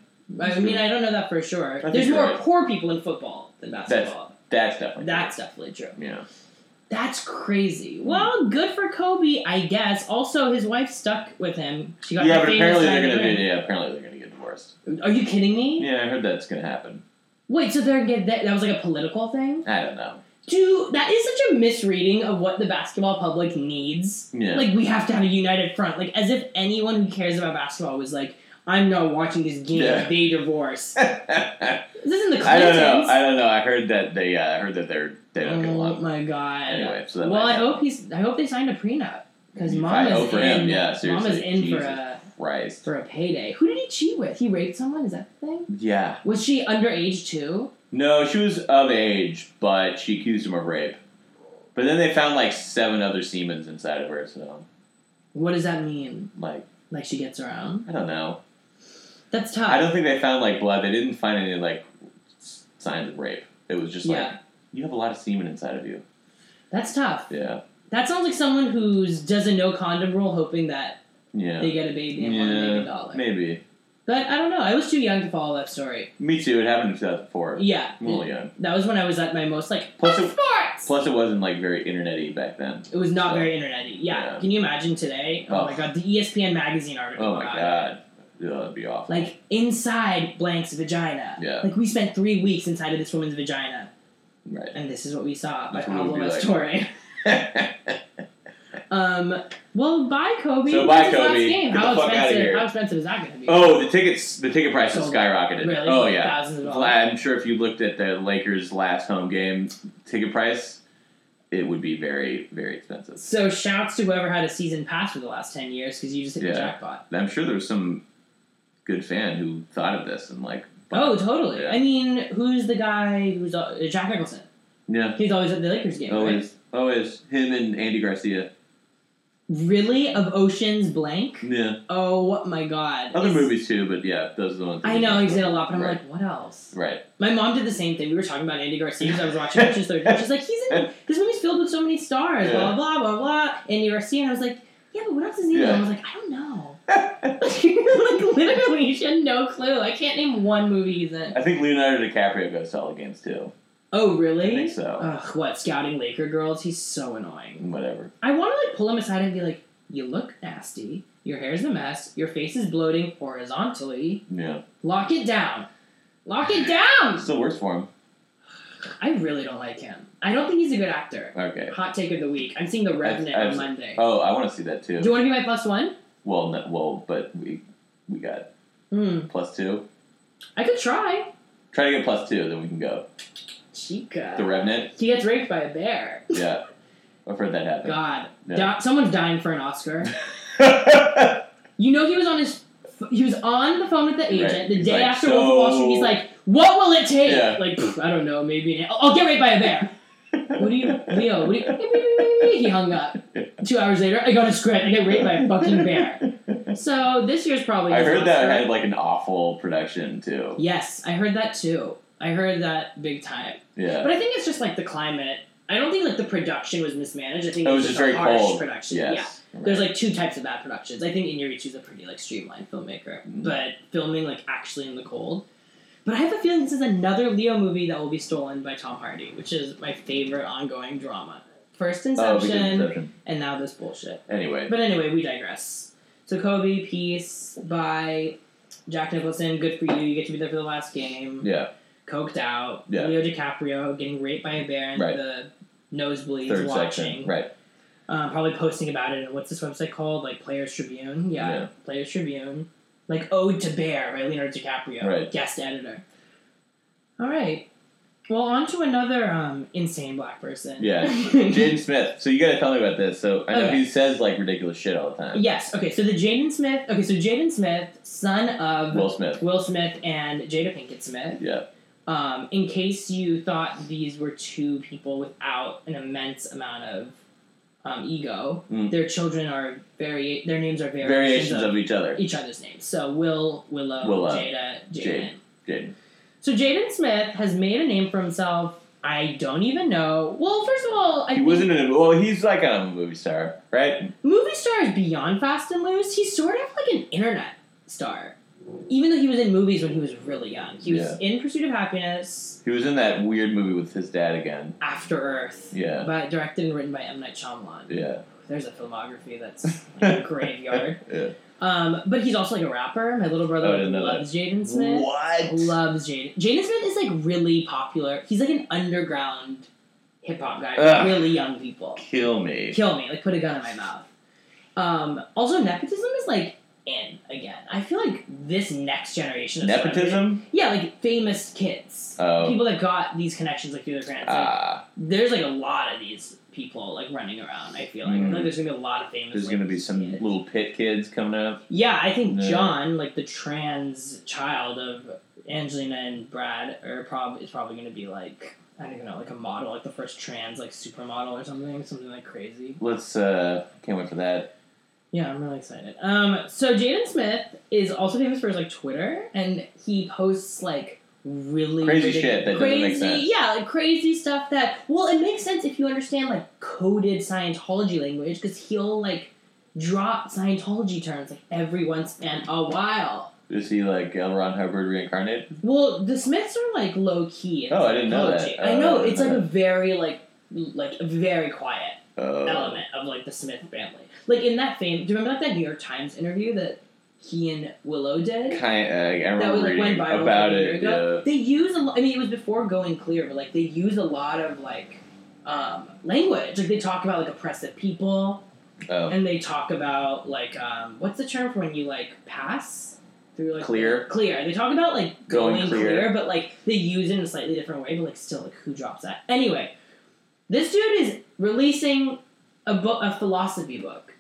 Speaker 1: That's
Speaker 2: mean,
Speaker 1: true.
Speaker 2: I don't know that for sure.
Speaker 1: think
Speaker 2: There's
Speaker 1: you're
Speaker 2: more
Speaker 1: right.
Speaker 2: poor people in football than basketball.
Speaker 1: that's definitely
Speaker 2: That's definitely true.
Speaker 1: yeah.
Speaker 2: That's
Speaker 1: Hmm.
Speaker 2: crazy. Well, good for Kobe, I guess. Also, his wife stuck with him. She got
Speaker 1: yeah,
Speaker 2: the
Speaker 1: but
Speaker 2: famous
Speaker 1: apparently they're
Speaker 2: diamond
Speaker 1: gonna
Speaker 2: ring.
Speaker 1: be yeah, apparently they're gonna get divorced.
Speaker 2: Are you kidding me?
Speaker 1: Yeah, I heard that's gonna happen.
Speaker 2: Wait, so they're get that, that was like a political thing?
Speaker 1: I don't know.
Speaker 2: Dude, that is such a misreading of what the basketball public needs.
Speaker 1: Yeah.
Speaker 2: Like we have to have a united front. Like as if anyone who cares about basketball was like, I'm not watching this game.
Speaker 1: Yeah.
Speaker 2: They divorce.
Speaker 1: I
Speaker 2: this isn't the Clintons.
Speaker 1: don't know. I don't know. I heard that they uh, I heard that they're they don't get
Speaker 2: oh
Speaker 1: along.
Speaker 2: my god.
Speaker 1: Anyway, so that
Speaker 2: well,
Speaker 1: might
Speaker 2: I hope he's. I hope they signed a prenup because
Speaker 1: If
Speaker 2: mom
Speaker 1: I
Speaker 2: is
Speaker 1: hope for
Speaker 2: in.
Speaker 1: him, yeah,
Speaker 2: mom is
Speaker 1: seriously,
Speaker 2: in for
Speaker 1: Jesus.
Speaker 2: a
Speaker 1: Christ.
Speaker 2: for a payday. Who did he cheat with? He raped someone. Is that the thing?
Speaker 1: Yeah.
Speaker 2: Was she underage too?
Speaker 1: No, she was of age, but she accused him of rape. But then they found like seven other Siemens inside of her, so
Speaker 2: What does that mean?
Speaker 1: like
Speaker 2: Like she gets around?
Speaker 1: I don't know.
Speaker 2: That's tough.
Speaker 1: I don't think they found like blood. They didn't find any like s- signs of rape. It was just like
Speaker 2: Yeah.
Speaker 1: you have a lot of semen inside of you.
Speaker 2: That's tough.
Speaker 1: Yeah.
Speaker 2: That sounds like someone who does a no condom rule, hoping that
Speaker 1: Yeah.
Speaker 2: They get a baby and want to
Speaker 1: Yeah.
Speaker 2: make a dollar.
Speaker 1: Maybe.
Speaker 2: But I don't know. I was too young to follow that story.
Speaker 1: Me too. It happened in 2004.
Speaker 2: Yeah.
Speaker 1: I'm a little young.
Speaker 2: That was when I was at my most like
Speaker 1: Plus
Speaker 2: "I'm
Speaker 1: it-
Speaker 2: sports.
Speaker 1: Plus, it wasn't like very internety back then.
Speaker 2: it was not
Speaker 1: so-
Speaker 2: very internety. Yeah.
Speaker 1: Yeah.
Speaker 2: Can you imagine today? Oh,
Speaker 1: Oh.
Speaker 2: my god, the ESPN magazine article.
Speaker 1: Oh my
Speaker 2: about it.
Speaker 1: god, Ugh, that'd be awful.
Speaker 2: Like inside blank's vagina.
Speaker 1: Yeah.
Speaker 2: Like we spent three weeks inside of this woman's vagina,
Speaker 1: right.
Speaker 2: and this is what we saw by
Speaker 1: That's what it would
Speaker 2: Pablo
Speaker 1: be like.
Speaker 2: Story. Um. Well, bye, Kobe.
Speaker 1: So bye,
Speaker 2: What's his last
Speaker 1: Kobe.
Speaker 2: game?
Speaker 1: Get the
Speaker 2: How
Speaker 1: fuck outta
Speaker 2: expensive?
Speaker 1: here.
Speaker 2: How expensive is that going to be?
Speaker 1: oh, the tickets, the ticket prices
Speaker 2: Sold out.
Speaker 1: skyrocketed.
Speaker 2: Really?
Speaker 1: Oh yeah.
Speaker 2: Thousands of
Speaker 1: Well,
Speaker 2: dollars.
Speaker 1: I'm sure if you looked at the Lakers' last home game ticket price, it would be very, very expensive.
Speaker 2: So shouts to whoever had a season pass for the last ten years because you just hit
Speaker 1: Yeah.
Speaker 2: the jackpot.
Speaker 1: I'm sure there was some good fan who thought of this and like.
Speaker 2: Oh, totally.
Speaker 1: Yeah.
Speaker 2: I mean, who's the guy who's uh, Jack Nicholson?
Speaker 1: yeah. Oh,
Speaker 2: He's always at the Lakers game. right?
Speaker 1: Always, always him and Andy Garcia.
Speaker 2: Really? Of Ocean's Blank?
Speaker 1: Yeah.
Speaker 2: Oh my god.
Speaker 1: Other
Speaker 2: It's-
Speaker 1: movies too, but yeah, those are the ones. that
Speaker 2: I
Speaker 1: we
Speaker 2: know
Speaker 1: did.
Speaker 2: he's in a lot, but I'm
Speaker 1: Right.
Speaker 2: like, what else?
Speaker 1: Right.
Speaker 2: My mom did the same thing. We were talking about Andy Garcia because I was watching Ocean's Thirteen. She's like, he's in this movie's filled with so many stars,
Speaker 1: Yeah.
Speaker 2: blah blah blah blah. Andy Garcia, and I was like, yeah, but what else is he in?
Speaker 1: Yeah.
Speaker 2: I was like, I don't know. like literally, she had no clue. I can't name one movie he's in.
Speaker 1: I think Leonardo DiCaprio got solid games too.
Speaker 2: Oh,
Speaker 1: I
Speaker 2: really?
Speaker 1: think so.
Speaker 2: Ugh, what scouting Laker girls? He's so annoying.
Speaker 1: Whatever.
Speaker 2: I want to like pull him aside and be like, "You look nasty. Your hair's a mess. Your face is bloating horizontally.
Speaker 1: Yeah.
Speaker 2: Lock it down. Lock it down."
Speaker 1: Still works for him.
Speaker 2: I really don't like him. I don't think he's a good actor.
Speaker 1: Okay.
Speaker 2: Hot take of the week. I'm seeing The Revenant
Speaker 1: I've-
Speaker 2: on Monday.
Speaker 1: Oh, I want to see that
Speaker 2: Do
Speaker 1: too.
Speaker 2: you want to be my plus one?
Speaker 1: well, no, well, but we we got
Speaker 2: Hmm.
Speaker 1: plus two.
Speaker 2: I could try.
Speaker 1: Try to get plus two, then we can go.
Speaker 2: Chica.
Speaker 1: The Revenant.
Speaker 2: He gets raped by a bear.
Speaker 1: Yeah, I've heard that happen.
Speaker 2: God,
Speaker 1: Yeah.
Speaker 2: Di- someone's dying for an Oscar. You know he was on his he was on the phone with the agent
Speaker 1: Right.
Speaker 2: the
Speaker 1: He's
Speaker 2: day
Speaker 1: like,
Speaker 2: after Wolf of Wall Street. He's
Speaker 1: "So-"
Speaker 2: like, "What will it take?"
Speaker 1: Yeah.
Speaker 2: Like, "Pff, I don't know, maybe an, I'll get raped by a bear. What do you, Leo? What do you? He hung up. Two hours later, I got a script. I get raped by a fucking bear. So this year's probably.
Speaker 1: I
Speaker 2: his
Speaker 1: heard that
Speaker 2: Oscar.
Speaker 1: had like an awful production too.
Speaker 2: Yes, I heard that too. I heard that big time.
Speaker 1: Yeah,
Speaker 2: But I think it's just like the climate. I don't think like the production was mismanaged. I think
Speaker 1: it was
Speaker 2: it's
Speaker 1: just
Speaker 2: a
Speaker 1: very
Speaker 2: harsh
Speaker 1: cold.
Speaker 2: production. Yeah.
Speaker 1: Yes.
Speaker 2: There's like two types of bad productions. I think Inuyuichi's a pretty like streamlined filmmaker,
Speaker 1: Mm.
Speaker 2: but filming like actually in the cold. But I have a feeling this is another Leo movie that will be stolen by Tom Hardy, which is my favorite ongoing drama. First
Speaker 1: oh, we
Speaker 2: Inception,
Speaker 1: did Inception.
Speaker 2: and now this bullshit.
Speaker 1: Anyway,
Speaker 2: But anyway, we digress. So Kobe, peace. Bye. Jack Nicholson, good for you. You get to be there for the last game.
Speaker 1: yeah,
Speaker 2: Coked out.
Speaker 1: Yeah.
Speaker 2: Leo DiCaprio getting raped by a bear and
Speaker 1: Right.
Speaker 2: the nosebleeds
Speaker 1: third
Speaker 2: watching
Speaker 1: section. Right.
Speaker 2: um, probably posting about it. And what's this website called? Like Players Tribune. Yeah,
Speaker 1: Yeah.
Speaker 2: Players Tribune. Like Ode to Bear by Leonardo DiCaprio,
Speaker 1: Right.
Speaker 2: guest editor. All right. Well, on to another um, insane black person.
Speaker 1: Yeah. Jaden Smith. So you got to tell me about this. So I know
Speaker 2: Okay.
Speaker 1: he says like ridiculous shit all the time.
Speaker 2: yes. Okay. So the Jaden Smith. Okay. So Jaden Smith, son of
Speaker 1: Will Smith.
Speaker 2: Will Smith and Jada Pinkett Smith.
Speaker 1: Yeah.
Speaker 2: Um, in case you thought these were two people without an immense amount of um, ego,
Speaker 1: Mm.
Speaker 2: their children are very. Their names are variations,
Speaker 1: Variations of each other.
Speaker 2: each other's names. So Will, Willow,
Speaker 1: Willow,
Speaker 2: Jada, Jaden.
Speaker 1: Jade. Jaden.
Speaker 2: So Jaden Smith has made a name for himself. I don't even know. Well, first of all, I
Speaker 1: He
Speaker 2: think
Speaker 1: wasn't in a well. He's like a movie star, right?
Speaker 2: movie star is beyond fast and loose. He's sort of like an internet star, even though he was in movies when he was really young. He was in Pursuit of Happiness,
Speaker 1: He was in that weird movie with his dad again.
Speaker 2: After Earth,
Speaker 1: Yeah,
Speaker 2: by, directed and written by M Night Shyamalan.
Speaker 1: yeah,
Speaker 2: There's a filmography that's like a graveyard.
Speaker 1: yeah.
Speaker 2: Um, but he's also like a rapper. My little
Speaker 1: Oh, I
Speaker 2: brother
Speaker 1: didn't know that.
Speaker 2: loves Jaden Smith.
Speaker 1: What?
Speaker 2: loves Jaden. Jaden Smith is like really popular. He's like an underground hip hop guy, for
Speaker 1: Ugh.
Speaker 2: really young people.
Speaker 1: Kill me.
Speaker 2: Kill me, like put a gun in my mouth. Um, also, nepotism is like in again. I feel like this next generation of
Speaker 1: Nepotism.
Speaker 2: yeah, like famous kids,
Speaker 1: Oh,
Speaker 2: people that got these connections like through their parents. Like,
Speaker 1: ah,
Speaker 2: there's like a lot of these people like running around. I feel like I feel
Speaker 1: Mm.
Speaker 2: like there's gonna be a lot of famous.
Speaker 1: there's gonna
Speaker 2: like,
Speaker 1: be some
Speaker 2: kids.
Speaker 1: little pit kids coming up.
Speaker 2: Yeah, I think
Speaker 1: Yeah.
Speaker 2: John, like the trans child of Angelina and Brad, are prob- is probably going to be like I don't even know, like a model, like the first trans like supermodel or something, something like crazy.
Speaker 1: Let's. uh Can't wait for that.
Speaker 2: Yeah, I'm really excited. Um, so Jaden Smith is also famous for his like Twitter, and he posts like really
Speaker 1: Crazy
Speaker 2: ridic-
Speaker 1: shit that doesn't
Speaker 2: crazy,
Speaker 1: make sense.
Speaker 2: Yeah, like crazy stuff that well, it makes sense if you understand like coded Scientology language because he'll like drop Scientology terms like every once in a while.
Speaker 1: Is he like L. Ron Hubbard reincarnated?
Speaker 2: Well, the Smiths are like low key. in
Speaker 1: Oh, I didn't know that.
Speaker 2: Scientology.
Speaker 1: Oh,
Speaker 2: I know
Speaker 1: I
Speaker 2: it's like
Speaker 1: didn't
Speaker 2: a
Speaker 1: know
Speaker 2: very like like very quiet
Speaker 1: Oh.
Speaker 2: element of like the Smith family. Like in that fame, do you remember like that New York Times interview that he and Willow did?
Speaker 1: Kind uh, I
Speaker 2: that
Speaker 1: remember
Speaker 2: was like
Speaker 1: reading
Speaker 2: went viral
Speaker 1: about
Speaker 2: like, a year
Speaker 1: it.
Speaker 2: ago.
Speaker 1: Yeah.
Speaker 2: They use a lot. I mean, it was before going clear, but like they use a lot of like um, language. Like they talk about like oppressive people,
Speaker 1: Oh.
Speaker 2: and they talk about like um, what's the term for when you like pass through like
Speaker 1: Clear.
Speaker 2: Clear. They talk about like
Speaker 1: Going
Speaker 2: clear.
Speaker 1: clear.
Speaker 2: but like they use it in a slightly different way. But like still, like who drops that anyway? This dude is releasing a book, a philosophy book,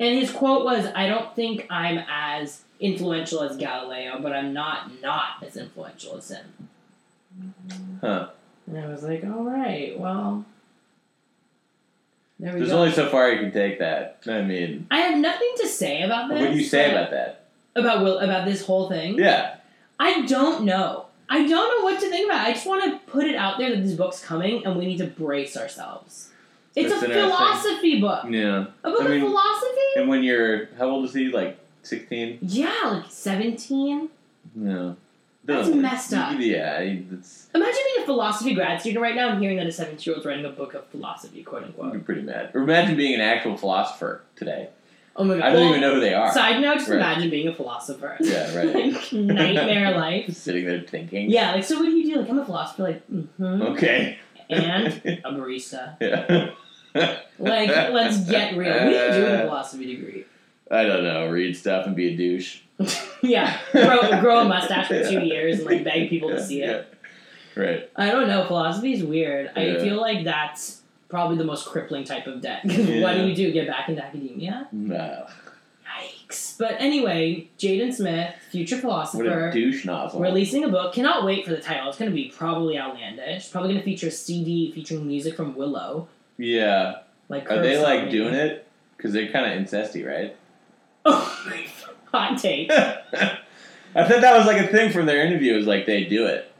Speaker 2: and his quote was, "I don't think I'm as influential as Galileo, but I'm not not as influential as him."
Speaker 1: Huh.
Speaker 2: And I was like, "All right, well." There we
Speaker 1: There's
Speaker 2: go.
Speaker 1: only so far you can take that. I mean,
Speaker 2: I have nothing to say about this.
Speaker 1: what do you say
Speaker 2: but-
Speaker 1: about that?
Speaker 2: about Will about this whole thing?
Speaker 1: Yeah.
Speaker 2: I don't know. I don't know what to think about. it. I just want to put it out there that this book's coming and we need to brace ourselves. It's
Speaker 1: That's
Speaker 2: a
Speaker 1: interesting.
Speaker 2: philosophy book.
Speaker 1: Yeah.
Speaker 2: A book
Speaker 1: I
Speaker 2: of
Speaker 1: mean-
Speaker 2: philosophy?
Speaker 1: And when you're, how old is he? Like 16?
Speaker 2: Yeah, like 17.
Speaker 1: No.
Speaker 2: That's
Speaker 1: Doesn't-
Speaker 2: messed up.
Speaker 1: Yeah. he- That's
Speaker 2: Imagine being a philosophy grad student right now and hearing that a 17 year old's writing a book of philosophy, quote
Speaker 1: I'd be
Speaker 2: unquote.
Speaker 1: pretty mad. Or imagine being an actual philosopher today.
Speaker 2: Oh my god.
Speaker 1: I don't
Speaker 2: Well,
Speaker 1: even know who they are.
Speaker 2: Side note, just
Speaker 1: Right.
Speaker 2: imagine being a philosopher.
Speaker 1: Yeah, right.
Speaker 2: like, nightmare life.
Speaker 1: Just sitting there thinking.
Speaker 2: Yeah, like, so what do you do? Like, I'm a philosopher, like, hmm
Speaker 1: Okay.
Speaker 2: and a barista.
Speaker 1: yeah.
Speaker 2: Like, let's get real. What do you do with a philosophy degree?
Speaker 1: I don't know. Read stuff and be a douche.
Speaker 2: yeah, grow, grow a mustache for two years and like beg people to see it.
Speaker 1: Yeah. Right.
Speaker 2: I don't know. Philosophy is weird. I
Speaker 1: Yeah.
Speaker 2: feel like that's probably the most crippling type of debt. 'Cause What
Speaker 1: Yeah.
Speaker 2: do you do? Get back into academia?
Speaker 1: Nah.
Speaker 2: Yikes. But anyway, Jaden Smith, future
Speaker 1: What a
Speaker 2: philosopher,
Speaker 1: douche nozzle.
Speaker 2: releasing a book. Cannot wait for the title. It's going to be probably outlandish. Probably going to feature a CD featuring music from Willow.
Speaker 1: Yeah.
Speaker 2: Like
Speaker 1: Are they
Speaker 2: Curbside.
Speaker 1: like doing it? Because they're kind of incesty, right?
Speaker 2: Oh, my hot take.
Speaker 1: I thought that was like a thing from their interview. Is like they do it.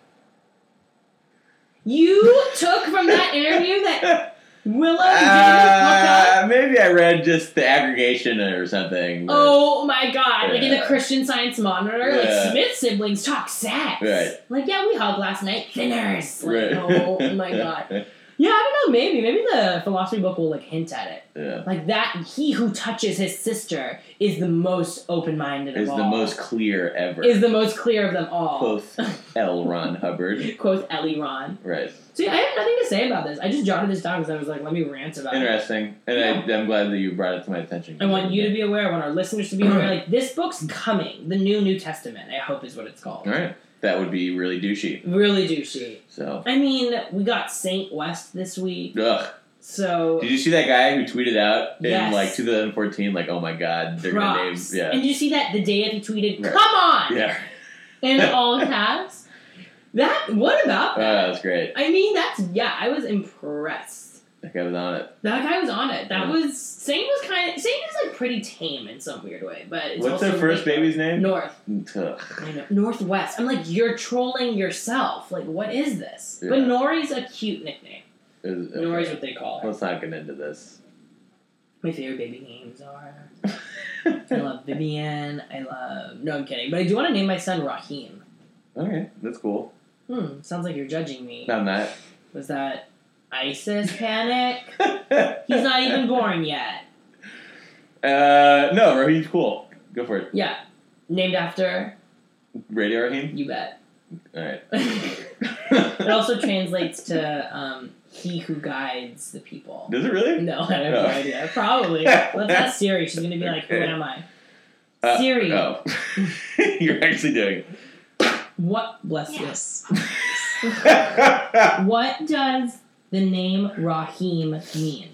Speaker 2: You took from that interview that Willow didn't hook up.
Speaker 1: Uh, maybe I read just the aggregation or something. but-
Speaker 2: Oh my god! Like in the
Speaker 1: Yeah.
Speaker 2: Christian Science Monitor, like
Speaker 1: Yeah.
Speaker 2: Smith siblings talk sex.
Speaker 1: Right.
Speaker 2: Like yeah, we hugged last night, thinners. Like,
Speaker 1: Right.
Speaker 2: Oh my god. Yeah, I don't know. Maybe maybe the philosophy book will like hint at it.
Speaker 1: Yeah.
Speaker 2: Like that, he who touches his sister is the most open-minded
Speaker 1: Is
Speaker 2: of all.
Speaker 1: the most clear ever.
Speaker 2: is the most clear of them all.
Speaker 1: Quoth L. Ron Hubbard.
Speaker 2: Quoth Ellie Ron.
Speaker 1: Right.
Speaker 2: So yeah, I have nothing to say about this. I just jotted this down because I was like, let me rant about it.
Speaker 1: Interesting. And I, I'm glad that you brought it to my attention.
Speaker 2: I want you to be aware. I want our listeners to be aware. Like this book's coming. The new New Testament. I hope is what it's called.
Speaker 1: All right. That would be really douchey.
Speaker 2: Really douchey.
Speaker 1: So.
Speaker 2: I mean, we got Saint West this week,
Speaker 1: Ugh.
Speaker 2: so
Speaker 1: Did you see that guy who tweeted out in
Speaker 2: Yes.
Speaker 1: like 2014, like, "Oh my God, they're gonna name,
Speaker 2: props.
Speaker 1: yeah,
Speaker 2: And did you see that the day that he tweeted,
Speaker 1: Right.
Speaker 2: "Come on!"
Speaker 1: yeah."
Speaker 2: in all caps. That what about
Speaker 1: Oh,
Speaker 2: that?
Speaker 1: that's great.
Speaker 2: I mean, that's yeah. I was impressed.
Speaker 1: That guy was on it.
Speaker 2: That guy was on it. That
Speaker 1: Yeah.
Speaker 2: was Saint was kind of Saint is like pretty tame in some weird way, but it's
Speaker 1: What's their
Speaker 2: also
Speaker 1: first
Speaker 2: like-
Speaker 1: baby's name?
Speaker 2: North,
Speaker 1: Ugh.
Speaker 2: I know. Northwest. I'm like, you're trolling yourself. Like, what is this? But
Speaker 1: Yeah.
Speaker 2: Nori's a cute nickname.
Speaker 1: It was- okay.
Speaker 2: Nori's what they call her.
Speaker 1: Let's not get into this.
Speaker 2: My favorite baby names are. I love Vivian. I love. No, I'm kidding. But I do want to name my son Raheem.
Speaker 1: Okay, that's cool.
Speaker 2: Hmm. Sounds like you're judging me.
Speaker 1: No, I'm not.
Speaker 2: Was that ISIS panic? He's not even born yet.
Speaker 1: Uh, no, Raheem's cool. Go for it.
Speaker 2: Yeah. Named after.
Speaker 1: Radio Raheem.
Speaker 2: You bet.
Speaker 1: All right.
Speaker 2: it also translates to um, he who guides the people.
Speaker 1: Does it really?
Speaker 2: No, I have no
Speaker 1: Oh.
Speaker 2: idea. Probably. Let's ask Siri. She's gonna be like, "Who
Speaker 1: Okay.
Speaker 2: am I?"
Speaker 1: Uh,
Speaker 2: Siri.
Speaker 1: Oh, you're actually doing. it.
Speaker 2: What? Bless you.
Speaker 3: Yes.
Speaker 2: What does the name Rahim mean?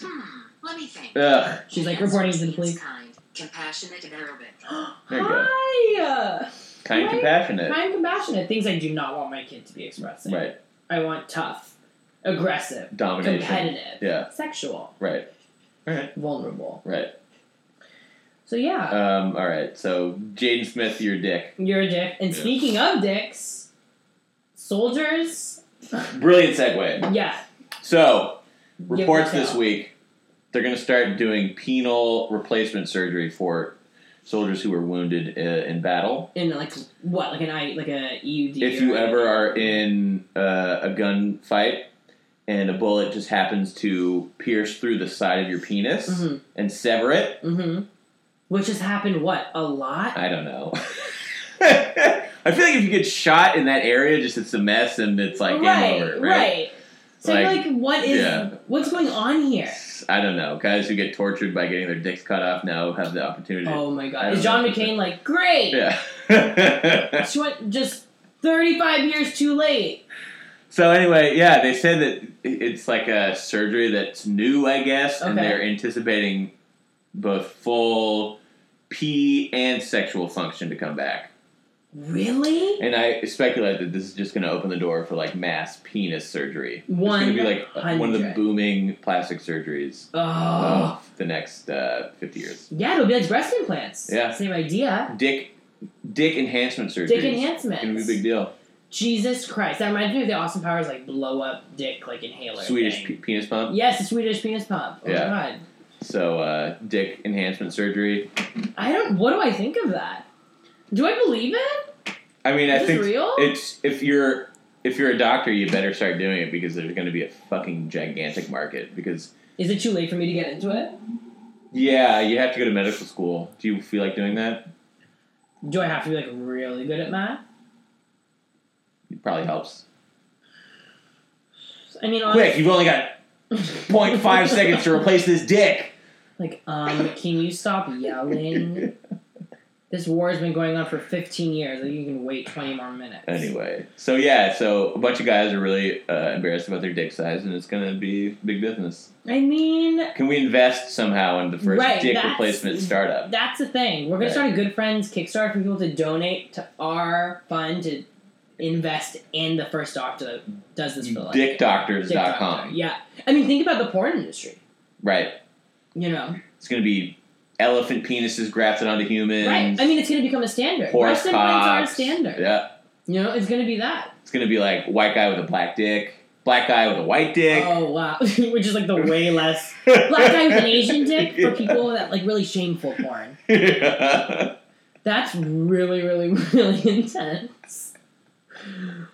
Speaker 3: Hmm. Let me think.
Speaker 1: Ugh.
Speaker 2: She's like
Speaker 3: The
Speaker 2: reporting to
Speaker 3: answer
Speaker 2: the police.
Speaker 3: seems Kind, compassionate in Arabic.
Speaker 1: There you go.
Speaker 2: Hi, uh,
Speaker 1: Kind,
Speaker 2: Right.
Speaker 1: compassionate.
Speaker 2: kind, compassionate. Things I do not want my kid to be expressing.
Speaker 1: Right.
Speaker 2: I want tough, aggressive,
Speaker 1: Domination.
Speaker 2: competitive,
Speaker 1: Yeah.
Speaker 2: sexual,
Speaker 1: Right.
Speaker 2: vulnerable.
Speaker 1: Right.
Speaker 2: So yeah,
Speaker 1: Um. All right. So Jaden Smith, your dick.
Speaker 2: you're a dick. And
Speaker 1: yeah.
Speaker 2: speaking of dicks, soldiers.
Speaker 1: Brilliant segue.
Speaker 2: Yeah,
Speaker 1: So
Speaker 2: give
Speaker 1: reports
Speaker 2: this
Speaker 1: this
Speaker 2: out.
Speaker 1: week they're going to start doing penal replacement surgery for soldiers who were wounded uh, in battle.
Speaker 2: in like what like an I like a EUD.
Speaker 1: If you
Speaker 2: or-
Speaker 1: ever are in uh, a gunfight and a bullet just happens to pierce through the side of your penis
Speaker 2: Mhm.
Speaker 1: and sever it,
Speaker 2: Mm-hmm. Which has happened what a lot.
Speaker 1: I don't know. I feel like if you get shot in that area, just it's a mess and it's like
Speaker 2: right,
Speaker 1: game over,
Speaker 2: right. So you're
Speaker 1: Like,
Speaker 2: like, what is
Speaker 1: yeah.
Speaker 2: what's going on here?
Speaker 1: I don't know. Guys who get tortured by getting their dicks cut off now have the opportunity.
Speaker 2: Oh my
Speaker 1: I
Speaker 2: god!
Speaker 1: don't
Speaker 2: Is John
Speaker 1: know.
Speaker 2: McCain like great?
Speaker 1: Yeah.
Speaker 2: She went just thirty five years too late.
Speaker 1: So anyway, yeah, they said that it's like a surgery that's new, I guess, and
Speaker 2: Okay.
Speaker 1: they're anticipating both full pee and sexual function to come back.
Speaker 2: Really?
Speaker 1: And I speculate that this is just going to open the door for like mass penis surgery. It's
Speaker 2: One
Speaker 1: going to be like uh, one of the
Speaker 2: hundred.
Speaker 1: booming plastic surgeries
Speaker 2: Oh.
Speaker 1: of the next uh, fifty years.
Speaker 2: Yeah, it'll be like breast implants.
Speaker 1: Yeah.
Speaker 2: Same idea.
Speaker 1: Dick, dick enhancement surgery. It's
Speaker 2: Dick
Speaker 1: going to be a
Speaker 2: enhancements.
Speaker 1: big deal.
Speaker 2: Jesus Christ. That reminds me of the Austin Powers like blow up dick like inhaler.
Speaker 1: Swedish
Speaker 2: thing.
Speaker 1: pe- penis pump.
Speaker 2: Yes, the Swedish penis pump. Oh
Speaker 1: Yeah.
Speaker 2: my
Speaker 1: So uh, dick enhancement surgery.
Speaker 2: god. I don't what do I think of that? Do I believe it?
Speaker 1: I mean, I
Speaker 2: Is this
Speaker 1: think
Speaker 2: real?
Speaker 1: It's if you're if you're a doctor, you better start doing it because there's going to be a fucking gigantic market. Because
Speaker 2: Is it too late for me to get into it?
Speaker 1: yeah, you have to go to medical school. Do you feel like doing that?
Speaker 2: Do I have to be like really good at math?
Speaker 1: It probably helps.
Speaker 2: I mean honestly,
Speaker 1: Quick, you've only got 0.5 seconds to replace this dick.
Speaker 2: like, um, can you stop yelling? this war has been going on for fifteen years. Like you can wait twenty more minutes.
Speaker 1: Anyway, so yeah, so a bunch of guys are really uh, embarrassed about their dick size, and it's going to be big business.
Speaker 2: I mean
Speaker 1: Can we invest somehow in the first
Speaker 2: Right,
Speaker 1: dick
Speaker 2: that's-
Speaker 1: replacement startup?
Speaker 2: That's the thing. We're gonna
Speaker 1: Right.
Speaker 2: start a Good Friends Kickstarter for people to donate to our fund to invest in the first doctor that does this for like
Speaker 1: Dickdoctors.com.
Speaker 2: Yeah, I mean, think about the porn industry.
Speaker 1: Right.
Speaker 2: You know,
Speaker 1: It's going to be elephant penises grafted onto humans.
Speaker 2: right? I mean, it's gonna become a standard.
Speaker 1: Horse
Speaker 2: Breast implants are a
Speaker 1: cocks.
Speaker 2: standard.
Speaker 1: Yeah,
Speaker 2: You know, it's gonna be that.
Speaker 1: it's gonna be like white guy with a black dick, black guy with a white dick.
Speaker 2: Oh wow, which is like the way less black guy with an Asian dick for people that like really shameful porn.
Speaker 1: yeah.
Speaker 2: That's really, really, really intense.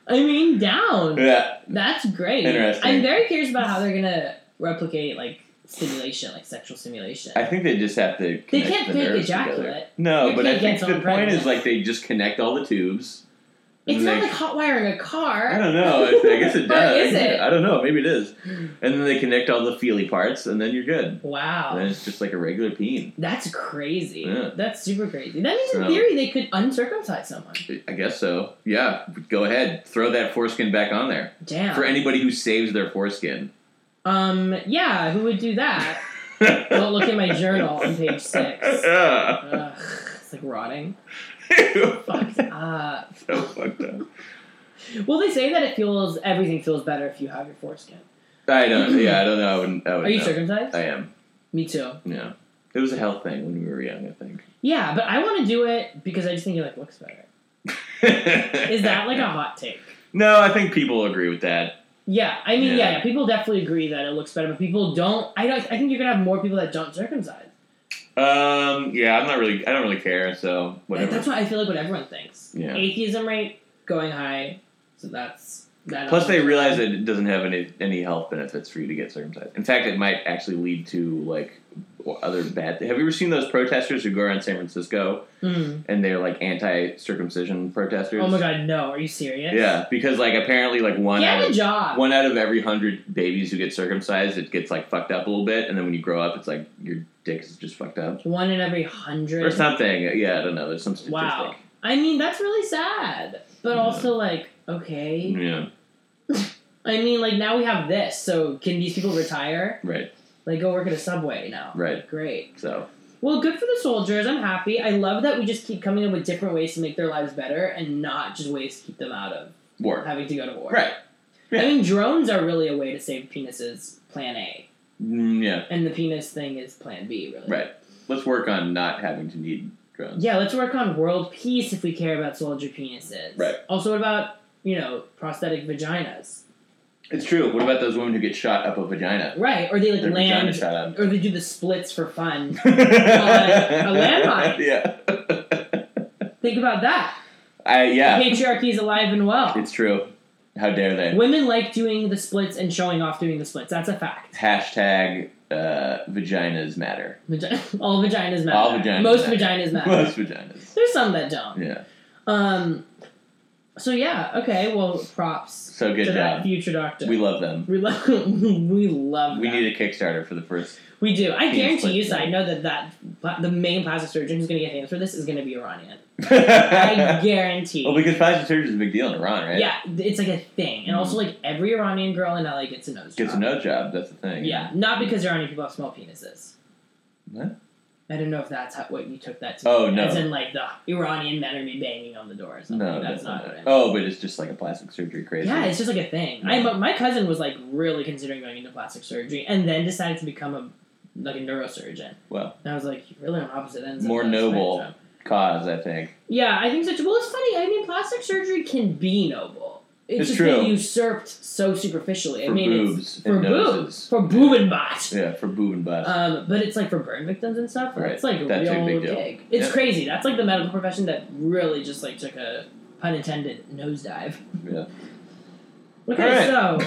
Speaker 2: I mean, down.
Speaker 1: yeah,
Speaker 2: That's great.
Speaker 1: Interesting.
Speaker 2: I'm very curious about how they're gonna replicate like stimulation, like sexual stimulation.
Speaker 1: I think they just have to.
Speaker 2: they
Speaker 1: connect
Speaker 2: can't
Speaker 1: the
Speaker 2: fake
Speaker 1: nerves
Speaker 2: ejaculate.
Speaker 1: together. No,
Speaker 2: You
Speaker 1: but I
Speaker 2: can't
Speaker 1: think
Speaker 2: get
Speaker 1: the
Speaker 2: someone
Speaker 1: point is
Speaker 2: pregnant.
Speaker 1: like they just connect all the tubes. and
Speaker 2: It's
Speaker 1: they,
Speaker 2: not like hot wiring a car.
Speaker 1: I don't know. I guess it
Speaker 2: Or
Speaker 1: does.
Speaker 2: is it?
Speaker 1: I don't know. Maybe it is. And then they connect all the feely parts, and then you're good. And then
Speaker 2: Wow,
Speaker 1: it's just like a regular peen.
Speaker 2: that's crazy.
Speaker 1: Yeah.
Speaker 2: That's super crazy. That means in
Speaker 1: So-
Speaker 2: theory they could uncircumcise someone.
Speaker 1: I guess so. Yeah. Go ahead. Throw that foreskin back on there
Speaker 2: Damn.
Speaker 1: for anybody who saves their foreskin.
Speaker 2: um. Yeah. Who would do that? don't look at my journal on page six.
Speaker 1: Yeah.
Speaker 2: Ugh, it's like rotting.
Speaker 1: so
Speaker 2: Fucked up.
Speaker 1: fucked up.
Speaker 2: Well, they say that it feels everything feels better if you have your foreskin.
Speaker 1: I don't. Yeah, I don't know. I wouldn't. I
Speaker 2: Are
Speaker 1: wouldn't
Speaker 2: you
Speaker 1: know.
Speaker 2: circumcised?
Speaker 1: I am.
Speaker 2: Me too.
Speaker 1: Yeah. It was a health thing when we were young. I think.
Speaker 2: Yeah, but I want to do it because I just think it like looks better. Is that like a hot take?
Speaker 1: No, I think people agree with that.
Speaker 2: Yeah, I mean, yeah,
Speaker 1: Yeah.
Speaker 2: yeah, people definitely agree that it looks better, but people don't. I don't. I think you're gonna have more people that don't circumcise.
Speaker 1: Um. Yeah, I'm not really. I don't really care. So
Speaker 2: Like,
Speaker 1: whatever.
Speaker 2: that's what I feel like what everyone thinks.
Speaker 1: Yeah.
Speaker 2: Atheism rate going high, so that's that.
Speaker 1: Plus, they realize that it doesn't have any any health benefits for you to get circumcised. In fact, it might actually lead to like other bad. Have you ever seen those protesters who go around San Francisco
Speaker 2: Mm.
Speaker 1: and they're like anti-circumcision protesters?
Speaker 2: Oh my god, no! Are you serious?
Speaker 1: Yeah, because like apparently like one out
Speaker 2: Get a
Speaker 1: of
Speaker 2: job.
Speaker 1: one out of every hundred babies who get circumcised, it gets like fucked up a little bit, and then when you grow up, it's like your dick is just fucked up
Speaker 2: One in every
Speaker 1: or
Speaker 2: hundred.
Speaker 1: something. Yeah, I don't know. There's some statistic.
Speaker 2: Wow. I mean, that's really sad,
Speaker 1: Yeah.
Speaker 2: but
Speaker 1: Mm.
Speaker 2: also like, okay.
Speaker 1: Yeah,
Speaker 2: I mean, like now we have this, so can these people retire?
Speaker 1: right,
Speaker 2: Like go work at a subway now.
Speaker 1: right.
Speaker 2: Great.
Speaker 1: So
Speaker 2: Well, good for the soldiers. I'm happy. I love that we just keep coming up with different ways to make their lives better and not just ways to keep them out of
Speaker 1: war.
Speaker 2: having to go to war.
Speaker 1: Right. yeah.
Speaker 2: I mean, drones are really a way to save penises, plan A.
Speaker 1: Mm, yeah,
Speaker 2: And the penis thing is plan B, really.
Speaker 1: right. Let's work on not having to need drones.
Speaker 2: Yeah, let's work on world peace if we care about soldier penises.
Speaker 1: Right.
Speaker 2: Also, what about, you know, prosthetic vaginas?
Speaker 1: It's true. What about those women who get shot up a vagina?
Speaker 2: Right, or they like
Speaker 1: Their vagina
Speaker 2: land,
Speaker 1: shot up.
Speaker 2: or they do the splits for fun. landmine.
Speaker 1: Yeah.
Speaker 2: Think about that.
Speaker 1: I yeah.
Speaker 2: Patriarchy is alive and well.
Speaker 1: It's true. How dare they?
Speaker 2: Women like doing the splits and showing off doing the splits. That's a fact.
Speaker 1: Hashtag uh, vaginas matter.
Speaker 2: Vagi- all vaginas matter.
Speaker 1: All vaginas
Speaker 2: Most
Speaker 1: matter.
Speaker 2: vaginas matter.
Speaker 1: Most vaginas.
Speaker 2: There's some that don't.
Speaker 1: Yeah.
Speaker 2: Um. So yeah. Okay. Well, props
Speaker 1: So good
Speaker 2: to that
Speaker 1: job.
Speaker 2: future doctor.
Speaker 1: We love them.
Speaker 2: we love. we love.
Speaker 1: We
Speaker 2: that.
Speaker 1: need a Kickstarter for the first.
Speaker 2: We do. I
Speaker 1: Penis
Speaker 2: guarantee you,
Speaker 1: split.
Speaker 2: so I know that that pla- the main plastic surgeon who's going to get hands for this is going to be Iranian. I
Speaker 1: well,
Speaker 2: guarantee.
Speaker 1: because plastic surgery is a big deal in Iran, right?
Speaker 2: Yeah, it's like a thing, and also like every Iranian girl in LA gets a nose
Speaker 1: Gets a
Speaker 2: job.
Speaker 1: nose job. That's the thing.
Speaker 2: Yeah, not because Iranian people have small penises.
Speaker 1: What?
Speaker 2: I don't know if that's how, what you took that to.
Speaker 1: Oh,
Speaker 2: mean,
Speaker 1: no.
Speaker 2: As in, like the Iranian men are be banging on the door or something.
Speaker 1: No,
Speaker 2: that's not.
Speaker 1: definitely
Speaker 2: what I meant.
Speaker 1: Oh, but it's just like a plastic surgery crazy.
Speaker 2: Yeah, it's just like a thing. I but my cousin was like really considering going into plastic surgery, and then decided to become a like a neurosurgeon.
Speaker 1: Wow.
Speaker 2: and I was like, you're really on opposite ends. of
Speaker 1: More
Speaker 2: the
Speaker 1: noble.
Speaker 2: spectrum.
Speaker 1: cause, I think.
Speaker 2: Yeah, I think so too. Well, it's funny. I mean, plastic surgery can be noble. It's,
Speaker 1: It's
Speaker 2: just
Speaker 1: true.
Speaker 2: been usurped so superficially.
Speaker 1: For
Speaker 2: I mean, it's
Speaker 1: boobs
Speaker 2: for
Speaker 1: and
Speaker 2: boobs,
Speaker 1: noses.
Speaker 2: for boob and bot.
Speaker 1: Yeah, for boob and butt.
Speaker 2: Um, but it's like for burn victims and stuff.
Speaker 1: Right.
Speaker 2: It's like
Speaker 1: That's a
Speaker 2: real
Speaker 1: big deal.
Speaker 2: gig. It's
Speaker 1: Yeah.
Speaker 2: crazy. That's like the medical profession that really just like took a pun intended nosedive.
Speaker 1: yeah.
Speaker 2: Okay,
Speaker 1: All
Speaker 2: so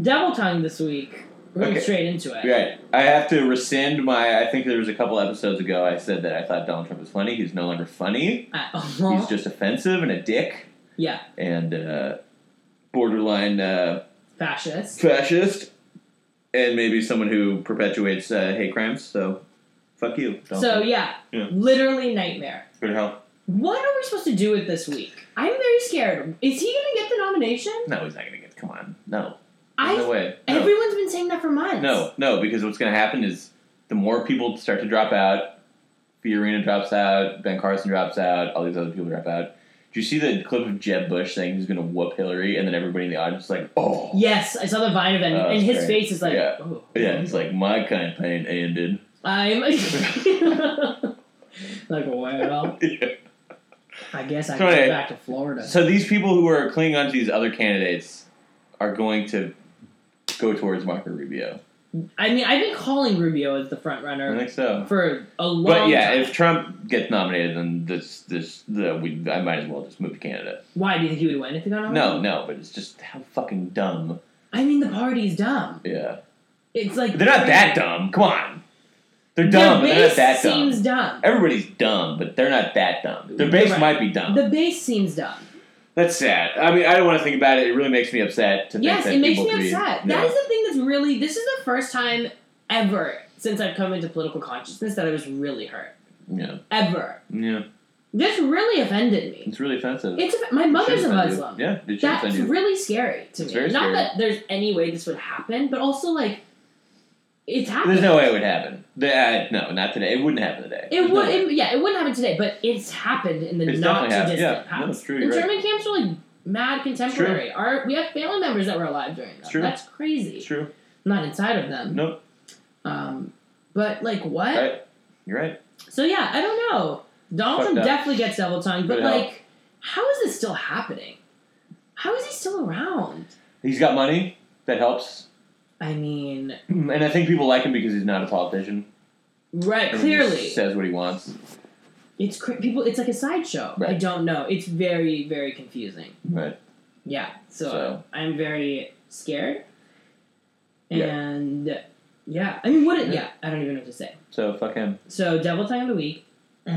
Speaker 2: devil tongue this week. We're going
Speaker 1: Okay.
Speaker 2: straight into it.
Speaker 1: Right. I have to rescind my. I think there was a couple episodes ago I said that I thought Donald Trump was funny. He's no longer funny.
Speaker 2: Uh,
Speaker 1: He's just offensive and a dick
Speaker 2: yeah,
Speaker 1: and uh, borderline uh,
Speaker 2: fascist.
Speaker 1: fascist and maybe someone who perpetuates uh, hate crimes. So, fuck you. Donald
Speaker 2: so
Speaker 1: Trump.
Speaker 2: yeah,
Speaker 1: Yeah.
Speaker 2: literally nightmare.
Speaker 1: Go to hell.
Speaker 2: What are we supposed to do with this week? I'm very scared. Is he going to get the nomination?
Speaker 1: No, he's not gonna get. Come on. No.
Speaker 2: I
Speaker 1: no way. No.
Speaker 2: everyone's been saying that for months.
Speaker 1: No, no, because what's going to happen is the more people start to drop out, Fiorina drops out, Ben Carson drops out, all these other people drop out. Do you see the clip of Jeb Bush saying he's going to whoop Hillary, and then everybody in the audience is like, "Oh,
Speaker 2: Yes, I saw the vine of him,
Speaker 1: Oh,
Speaker 2: and
Speaker 1: that's
Speaker 2: his
Speaker 1: great.
Speaker 2: face is like,
Speaker 1: Yeah.
Speaker 2: oh.
Speaker 1: yeah." It's like my campaign ended.
Speaker 2: I'm like, well, I guess
Speaker 1: So
Speaker 2: I can go
Speaker 1: anyway,
Speaker 2: back to Florida.
Speaker 1: So these people who are clinging on to these other candidates are going to go towards Marco Rubio.
Speaker 2: I mean, I've been calling Rubio as the front
Speaker 1: I
Speaker 2: runner
Speaker 1: think so.
Speaker 2: for a long
Speaker 1: But yeah,
Speaker 2: time.
Speaker 1: if Trump gets nominated, then this this the, we I might as well just move to Canada.
Speaker 2: Why do you think he would win if he got
Speaker 1: No,
Speaker 2: nominated?
Speaker 1: no, but it's just how fucking dumb.
Speaker 2: I mean, the party's dumb.
Speaker 1: Yeah.
Speaker 2: It's like
Speaker 1: They're not that dumb. Come on. They're dumb,
Speaker 2: The
Speaker 1: but
Speaker 2: base
Speaker 1: they're not that dumb.
Speaker 2: seems dumb.
Speaker 1: Everybody's dumb, but they're not that dumb. Their
Speaker 2: You're
Speaker 1: base
Speaker 2: right.
Speaker 1: might be dumb.
Speaker 2: The base seems dumb.
Speaker 1: that's sad. I mean, I don't want to think about it. It really makes me upset to
Speaker 2: Yes,
Speaker 1: think that
Speaker 2: it makes
Speaker 1: people
Speaker 2: me
Speaker 1: could be-
Speaker 2: upset.
Speaker 1: Yeah.
Speaker 2: That is the thing that's really. This is the first time ever since I've come into political consciousness that I was really hurt.
Speaker 1: yeah.
Speaker 2: Ever.
Speaker 1: Yeah.
Speaker 2: This really offended me.
Speaker 1: It's really offensive.
Speaker 2: It's my
Speaker 1: It
Speaker 2: mother's
Speaker 1: should
Speaker 2: a
Speaker 1: offend you.
Speaker 2: Muslim.
Speaker 1: Yeah, it should
Speaker 2: That's
Speaker 1: offend you.
Speaker 2: really scary to
Speaker 1: It's
Speaker 2: me.
Speaker 1: very
Speaker 2: Not
Speaker 1: scary.
Speaker 2: that there's any way this would happen, but also like, it's happening.
Speaker 1: There's no way it would happen. The- uh, no, not today. It wouldn't happen today.
Speaker 2: It
Speaker 1: There's
Speaker 2: would,
Speaker 1: no way.
Speaker 2: it, yeah, it wouldn't happen today, but it's happened in the
Speaker 1: It's
Speaker 2: not too
Speaker 1: definitely
Speaker 2: distant
Speaker 1: happened. Yeah,
Speaker 2: past.
Speaker 1: no, it's true,
Speaker 2: The
Speaker 1: you're right.
Speaker 2: German camps are like mad contemporary. Our, we have family members that were alive during that.
Speaker 1: It's true.
Speaker 2: That's crazy.
Speaker 1: It's true.
Speaker 2: Not inside of them.
Speaker 1: No,
Speaker 2: Um, but like what?
Speaker 1: right. You're right.
Speaker 2: So yeah, I don't know. Donald
Speaker 1: Fucked
Speaker 2: Trump
Speaker 1: up.
Speaker 2: definitely gets double tongue, but
Speaker 1: Good help.
Speaker 2: like, how is this still happening? How is he still around?
Speaker 1: He's got money. That helps.
Speaker 2: I mean,
Speaker 1: And I think people like him because he's not a politician.
Speaker 2: right?
Speaker 1: And he just
Speaker 2: Clearly,
Speaker 1: says what he wants.
Speaker 2: it's cr- people. It's like a sideshow. I
Speaker 1: Right.
Speaker 2: don't know. It's very, very confusing.
Speaker 1: Right.
Speaker 2: Yeah. So,
Speaker 1: So.
Speaker 2: I'm very scared.
Speaker 1: Yeah.
Speaker 2: And yeah, I mean, what?
Speaker 1: Yeah.
Speaker 2: yeah. I don't even know what to say.
Speaker 1: So fuck him.
Speaker 2: So, devil time of the week.
Speaker 1: Uh.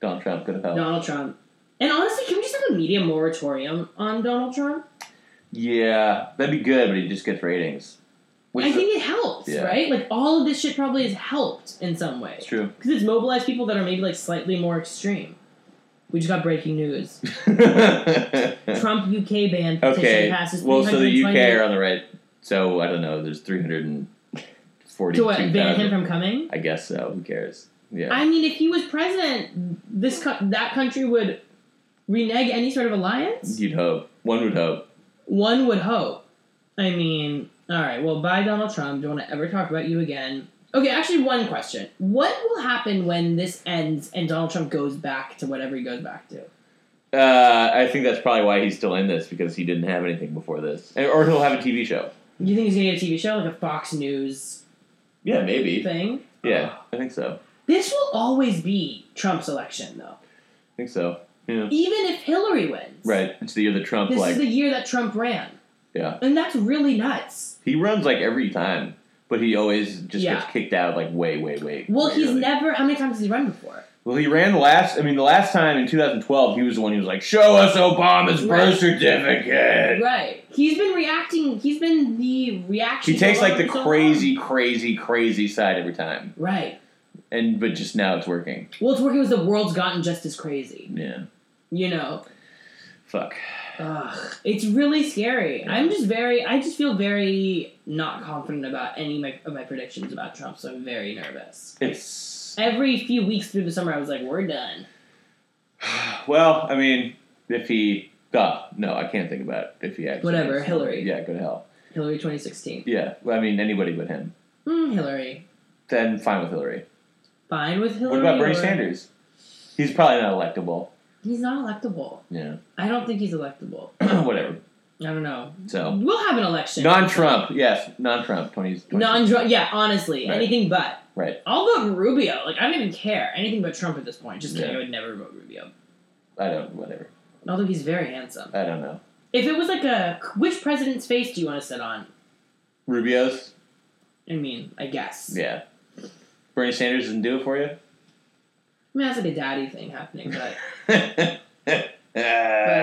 Speaker 1: Donald Trump, go to hell.
Speaker 2: Donald Trump. And honestly, can we just have a media moratorium on Donald Trump?
Speaker 1: Yeah, that'd be good, but he just gets ratings. Which
Speaker 2: I
Speaker 1: is-
Speaker 2: think it helps,
Speaker 1: Yeah.
Speaker 2: right? Like all of this shit probably has helped in some way
Speaker 1: it's true.
Speaker 2: because it's mobilized people that are maybe like slightly more extreme. We just got breaking news: Trump UK ban petition
Speaker 1: okay.
Speaker 2: passes.
Speaker 1: Well, so the
Speaker 2: 320
Speaker 1: UK are on the right. So I don't know. There's three hundred and
Speaker 2: to what
Speaker 1: forty-two
Speaker 2: ban him
Speaker 1: thousand.
Speaker 2: from coming?
Speaker 1: I guess so. Who cares? Yeah.
Speaker 2: I mean, if he was president, this co- that country would renege any sort of alliance.
Speaker 1: You'd hope. One would hope.
Speaker 2: One would hope. I mean, all right. Well, bye, Donald Trump. Don't want to ever talk about you again. Okay, actually, one question: What will happen when this ends and Donald Trump goes back to whatever he goes back to?
Speaker 1: Uh, I think that's probably why he's still in this because he didn't have anything before this, And- or he'll have a TV show.
Speaker 2: You think he's gonna get a TV show like a Fox News
Speaker 1: Yeah, maybe.
Speaker 2: thing?
Speaker 1: Yeah, I think so.
Speaker 2: This will always be Trump's election, though.
Speaker 1: I think so. Yeah.
Speaker 2: Even if Hillary wins,
Speaker 1: Right. It's the year that Trump
Speaker 2: This
Speaker 1: like
Speaker 2: is the year that Trump ran.
Speaker 1: Yeah.
Speaker 2: and that's really nuts.
Speaker 1: he runs like every time, but he always just
Speaker 2: Yeah.
Speaker 1: gets kicked out like way, way, way.
Speaker 2: Well,
Speaker 1: way
Speaker 2: he's
Speaker 1: early.
Speaker 2: never. How many times has he run before?
Speaker 1: Well, he ran the last. I mean, the last time in 2012, he was the one who was like, "Show us Obama's
Speaker 2: Right.
Speaker 1: birth certificate."
Speaker 2: Right. He's been reacting. He's been the reaction.
Speaker 1: He takes like the
Speaker 2: for so
Speaker 1: crazy, crazy, crazy side every time,
Speaker 2: long. Right.
Speaker 1: and but just now it's working.
Speaker 2: Well, it's working because the world's gotten just as crazy.
Speaker 1: Yeah.
Speaker 2: You know.
Speaker 1: Fuck.
Speaker 2: Ugh. It's really scary. I'm just very. I just feel very not confident about any of my, of my predictions about Trump. So I'm very nervous.
Speaker 1: It's
Speaker 2: Every few weeks through the summer, I was like, "We're done."
Speaker 1: well. I mean, if he. God, no, I can't think about it. If he actually.
Speaker 2: Whatever, Hillary.
Speaker 1: Yeah, go to hell.
Speaker 2: Hillary 2016.
Speaker 1: Yeah, well, I mean anybody but him.
Speaker 2: Mm, Hillary.
Speaker 1: Then fine with Hillary.
Speaker 2: Fine with Hillary.
Speaker 1: what about Bernie
Speaker 2: or-
Speaker 1: Sanders? He's probably not electable.
Speaker 2: He's not electable.
Speaker 1: Yeah.
Speaker 2: I don't think he's electable.
Speaker 1: Whatever.
Speaker 2: I don't know.
Speaker 1: So
Speaker 2: We'll have an election.
Speaker 1: non-Trump. Yes, non-Trump. 20, 20
Speaker 2: Non Trump. Yeah, honestly.
Speaker 1: Right.
Speaker 2: Anything but.
Speaker 1: Right.
Speaker 2: I'll vote Rubio. Like, I don't even care. Anything but Trump at this point. Just kidding.
Speaker 1: Yeah.
Speaker 2: I would never vote Rubio.
Speaker 1: I don't. Whatever.
Speaker 2: Although he's very handsome.
Speaker 1: I don't know.
Speaker 2: If it was like a. Which president's face do you want to sit on?
Speaker 1: Rubio's.
Speaker 2: I mean, I guess.
Speaker 1: Yeah. Bernie Sanders doesn't do it for you.
Speaker 2: I mean, that's like a daddy thing happening, but,
Speaker 1: Ah.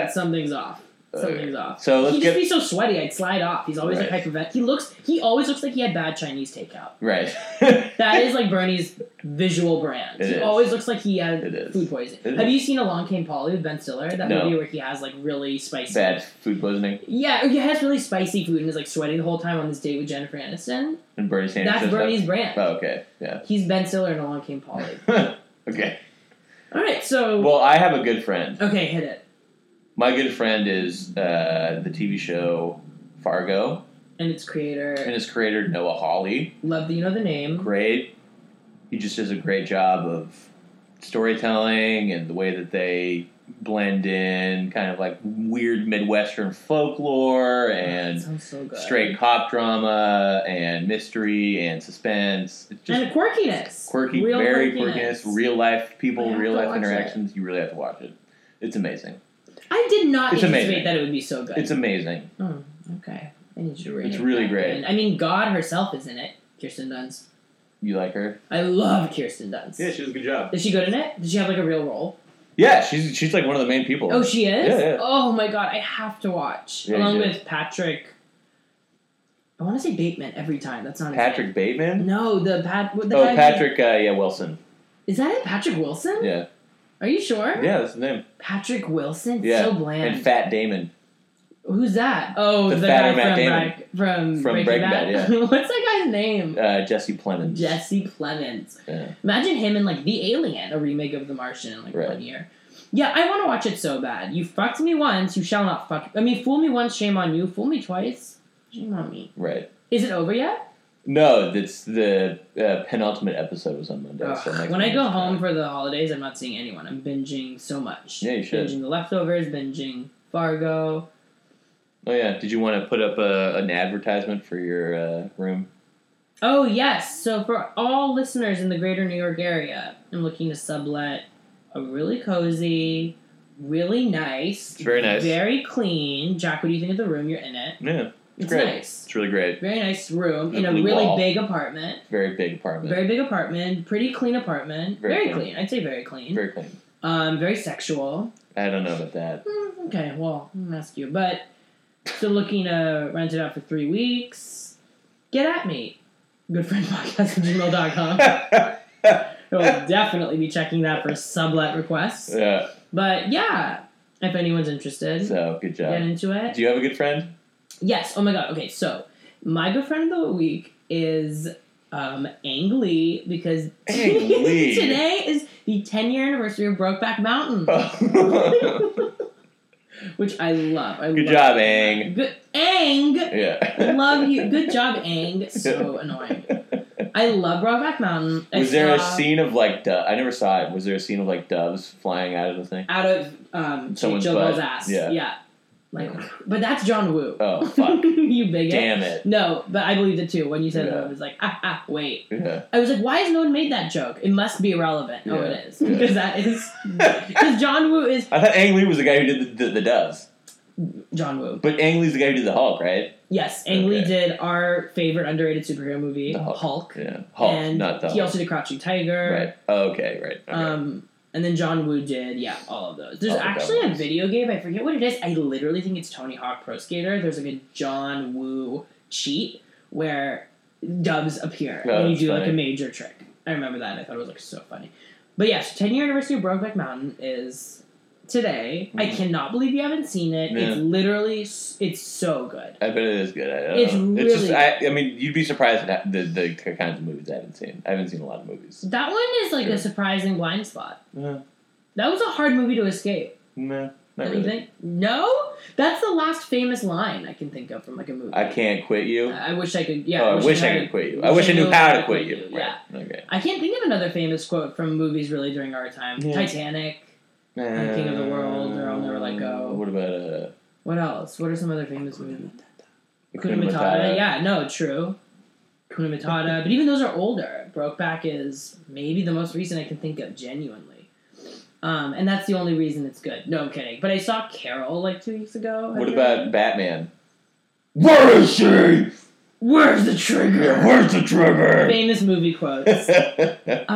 Speaker 2: but something's off.
Speaker 1: Uh,
Speaker 2: Something's off.
Speaker 1: so let's
Speaker 2: He'd
Speaker 1: get
Speaker 2: just be so sweaty, I'd slide off. He's always like
Speaker 1: Right.
Speaker 2: hypervent. He looks. He always looks like he had bad Chinese takeout.
Speaker 1: right.
Speaker 2: That is like Bernie's visual brand.
Speaker 1: It
Speaker 2: he
Speaker 1: is.
Speaker 2: always looks like he had
Speaker 1: It is.
Speaker 2: food poisoning.
Speaker 1: It
Speaker 2: Have
Speaker 1: is.
Speaker 2: you seen Along Came Polly with Ben Stiller? That
Speaker 1: No.
Speaker 2: movie where he has like really spicy.
Speaker 1: Bad food poisoning,
Speaker 2: Yeah, he has really spicy food and is like sweating the whole time on this date with Jennifer Aniston.
Speaker 1: and Bernie Sanders.
Speaker 2: That's
Speaker 1: does that?
Speaker 2: Bernie's brand.
Speaker 1: Oh, okay. Yeah.
Speaker 2: He's Ben Stiller in Along Came Polly.
Speaker 1: okay.
Speaker 2: All right, so
Speaker 1: Well, I have a good friend.
Speaker 2: okay, hit it.
Speaker 1: My good friend is uh, the TV show Fargo
Speaker 2: And its
Speaker 1: and
Speaker 2: creator,
Speaker 1: its creator Noah Hawley.
Speaker 2: love that you know the name.
Speaker 1: Mm-hmm. Great. He just does a great job of storytelling and the way that they blend in kind of like weird Midwestern folklore
Speaker 2: That
Speaker 1: and
Speaker 2: sounds so good.
Speaker 1: straight cop drama and mystery and suspense. It's just
Speaker 2: and quirkiness.
Speaker 1: quirky,
Speaker 2: Real
Speaker 1: very
Speaker 2: quirkiness.
Speaker 1: real life
Speaker 2: I
Speaker 1: people,
Speaker 2: have
Speaker 1: real
Speaker 2: to
Speaker 1: life
Speaker 2: watch
Speaker 1: interactions. You really have to watch it. It's amazing.
Speaker 2: I did not
Speaker 1: It's
Speaker 2: anticipate
Speaker 1: amazing.
Speaker 2: that it would be so good.
Speaker 1: It's amazing.
Speaker 2: Oh, okay. I need you to read
Speaker 1: It's
Speaker 2: it
Speaker 1: really
Speaker 2: back
Speaker 1: great.
Speaker 2: in. I mean, God herself is in it. Kirsten Dunst.
Speaker 1: You like her?
Speaker 2: I love Kirsten Dunst.
Speaker 1: she does a good job.
Speaker 2: Is she good in it? Does she have like a real role?
Speaker 1: Yeah, she's she's like one of the main people.
Speaker 2: Oh, she is.
Speaker 1: Yeah, yeah.
Speaker 2: Oh my God, I have to watch
Speaker 1: Yeah, you
Speaker 2: along
Speaker 1: do.
Speaker 2: with Patrick. I want to say Bateman every time. That's not his
Speaker 1: Patrick
Speaker 2: name.
Speaker 1: Bateman.
Speaker 2: No, the Pat. what- The guy
Speaker 1: oh,
Speaker 2: who-
Speaker 1: Patrick. Uh, yeah, Wilson.
Speaker 2: Is that it? Patrick Wilson?
Speaker 1: Yeah,
Speaker 2: Are you sure?
Speaker 1: yeah, that's the name.
Speaker 2: Patrick Wilson.
Speaker 1: Yeah,
Speaker 2: So bland.
Speaker 1: And Fat Damon.
Speaker 2: Who's that? Oh,
Speaker 1: The
Speaker 2: the guy
Speaker 1: fatter Matt
Speaker 2: from
Speaker 1: Damon.
Speaker 2: Break- from,
Speaker 1: From Breaking Bad,
Speaker 2: What's that guy's name?
Speaker 1: Uh, Jesse Plemons.
Speaker 2: Jesse Plemons.
Speaker 1: Yeah.
Speaker 2: Imagine him in like The Alien, a remake of The Martian in like
Speaker 1: Right.
Speaker 2: one year. Yeah, I want to watch it so bad. You fucked me once, you shall not fuck. I mean, fool me once, shame on you. Fool me twice, shame on me.
Speaker 1: Right.
Speaker 2: Is it over yet?
Speaker 1: No, that's the uh, penultimate episode was on Monday. so
Speaker 2: Ugh.
Speaker 1: next
Speaker 2: When I go
Speaker 1: Monday's
Speaker 2: home
Speaker 1: Friday.
Speaker 2: for the holidays, I'm not seeing anyone. I'm binging so much.
Speaker 1: Yeah, you should.
Speaker 2: Binging the leftovers, binging Fargo.
Speaker 1: Oh yeah. Did you want to put up a, an advertisement for your uh, room?
Speaker 2: Oh yes. So for all listeners in the greater New York area, I'm looking to sublet a really cozy, really nice,
Speaker 1: It's very nice.
Speaker 2: very clean. Jack, what do you think of the room you're in it?
Speaker 1: Yeah,
Speaker 2: It's
Speaker 1: Great.
Speaker 2: nice.
Speaker 1: it's really great.
Speaker 2: Very nice room
Speaker 1: The
Speaker 2: in a
Speaker 1: blue
Speaker 2: really
Speaker 1: wall.
Speaker 2: big apartment.
Speaker 1: Very big apartment.
Speaker 2: Very big apartment. Pretty clean apartment.
Speaker 1: Very clean.
Speaker 2: I'd say very clean.
Speaker 1: Very clean.
Speaker 2: um, very sexual.
Speaker 1: I don't know about that.
Speaker 2: Hmm, okay, well, I'm gonna ask you, but still looking to rent it out for three weeks. Get at me, goodfriendpodcast@gmail.com. I will definitely be checking that for sublet requests.
Speaker 1: yeah.
Speaker 2: But yeah, if anyone's interested,
Speaker 1: So good
Speaker 2: get
Speaker 1: job.
Speaker 2: into it.
Speaker 1: Do you have a good friend?
Speaker 2: Yes. Oh my god. Okay. So my good friend of the week is um, Ang Lee because
Speaker 1: Ang Lee.
Speaker 2: today is the 10 year anniversary of Brokeback Mountain,
Speaker 1: good
Speaker 2: which I love. I love.
Speaker 1: Oh. job, Ang.
Speaker 2: Good Ang.
Speaker 1: Yeah.
Speaker 2: Love you. Good job, Ang. So annoying. I love Brockback Mountain. I
Speaker 1: Was there a
Speaker 2: saw
Speaker 1: scene of like do- I never saw it. Was there a scene of like doves flying out of the thing?
Speaker 2: out of um, Jake
Speaker 1: Someone's
Speaker 2: Gyllenhaal's
Speaker 1: butt.
Speaker 2: ass?
Speaker 1: Yeah.
Speaker 2: Like, but that's John Woo.
Speaker 1: Oh fuck!
Speaker 2: you bigot.
Speaker 1: Damn it!
Speaker 2: No, but I believed it too when you said
Speaker 1: Yeah.
Speaker 2: that. I was like, ah, ah, wait.
Speaker 1: Yeah.
Speaker 2: I was like, why has no one made that joke? It must be irrelevant. Oh,
Speaker 1: Yeah.
Speaker 2: it is
Speaker 1: Yeah.
Speaker 2: because that is because John Woo is
Speaker 1: I thought Ang Lee was the guy who did the, the, the doves,
Speaker 2: John Woo.
Speaker 1: but Ang Lee's the guy who did the Hulk, right?
Speaker 2: Yes, Ang Lee
Speaker 1: Okay.
Speaker 2: did our favorite underrated superhero movie,
Speaker 1: The Hulk. Yeah, Hulk,
Speaker 2: and
Speaker 1: not the
Speaker 2: he
Speaker 1: Hulk.
Speaker 2: also did Crouching Tiger.
Speaker 1: Right. Oh, okay. Right. Okay.
Speaker 2: Um, and then John Woo did, yeah, all of those. There's
Speaker 1: All the
Speaker 2: actually
Speaker 1: good
Speaker 2: a
Speaker 1: ones.
Speaker 2: video game. I forget what it is. I literally think it's Tony Hawk Pro Skater. There's like a John Woo cheat where doves appear
Speaker 1: Oh,
Speaker 2: when you
Speaker 1: that's
Speaker 2: do like a
Speaker 1: funny.
Speaker 2: major trick. I remember that. I thought it was like so funny. But yes, 10 year anniversary of Brokeback Mountain is today. I
Speaker 1: Mhm.
Speaker 2: cannot believe you haven't seen it.
Speaker 1: Yeah.
Speaker 2: It's literally s- it's so good.
Speaker 1: I bet it is good. I don't
Speaker 2: It's
Speaker 1: know. It's just
Speaker 2: really
Speaker 1: I, I mean, you'd be surprised at how- the, the kinds of movies I haven't seen. I haven't seen a lot of movies.
Speaker 2: That one is like
Speaker 1: Sure.
Speaker 2: a surprising blind spot.
Speaker 1: No,
Speaker 2: That was a hard movie to escape.
Speaker 1: no, not
Speaker 2: Don't you
Speaker 1: really.
Speaker 2: think? No, that's the last famous line I can think of from like a movie.
Speaker 1: I can't quit you.
Speaker 2: I wish I could. Uh, Yeah,
Speaker 1: oh,
Speaker 2: I wish,
Speaker 1: I
Speaker 2: had-
Speaker 1: could quit you. I wish I knew how to quit you.
Speaker 2: Yeah,
Speaker 1: Right. Okay.
Speaker 2: I can't think of another famous quote from movies really during our time.
Speaker 1: Yeah.
Speaker 2: Titanic. King of the World, or I'll Never Let Go.
Speaker 1: What about uh?
Speaker 2: What else? What are some other famous movies?
Speaker 1: Hakuna
Speaker 2: Hakuna Matata. Yeah, no, true. Hakuna Matata, but even those are older. Brokeback is maybe the most recent I can think of, genuinely. Um, and that's the only reason it's good. No, I'm kidding. But I saw Carol like two weeks ago. Have
Speaker 1: What
Speaker 2: you heard
Speaker 1: about
Speaker 2: of it?
Speaker 1: Batman? Where is she?
Speaker 2: Where's the Trigger?
Speaker 1: Yeah, where's the trigger?
Speaker 2: Famous movie quotes. All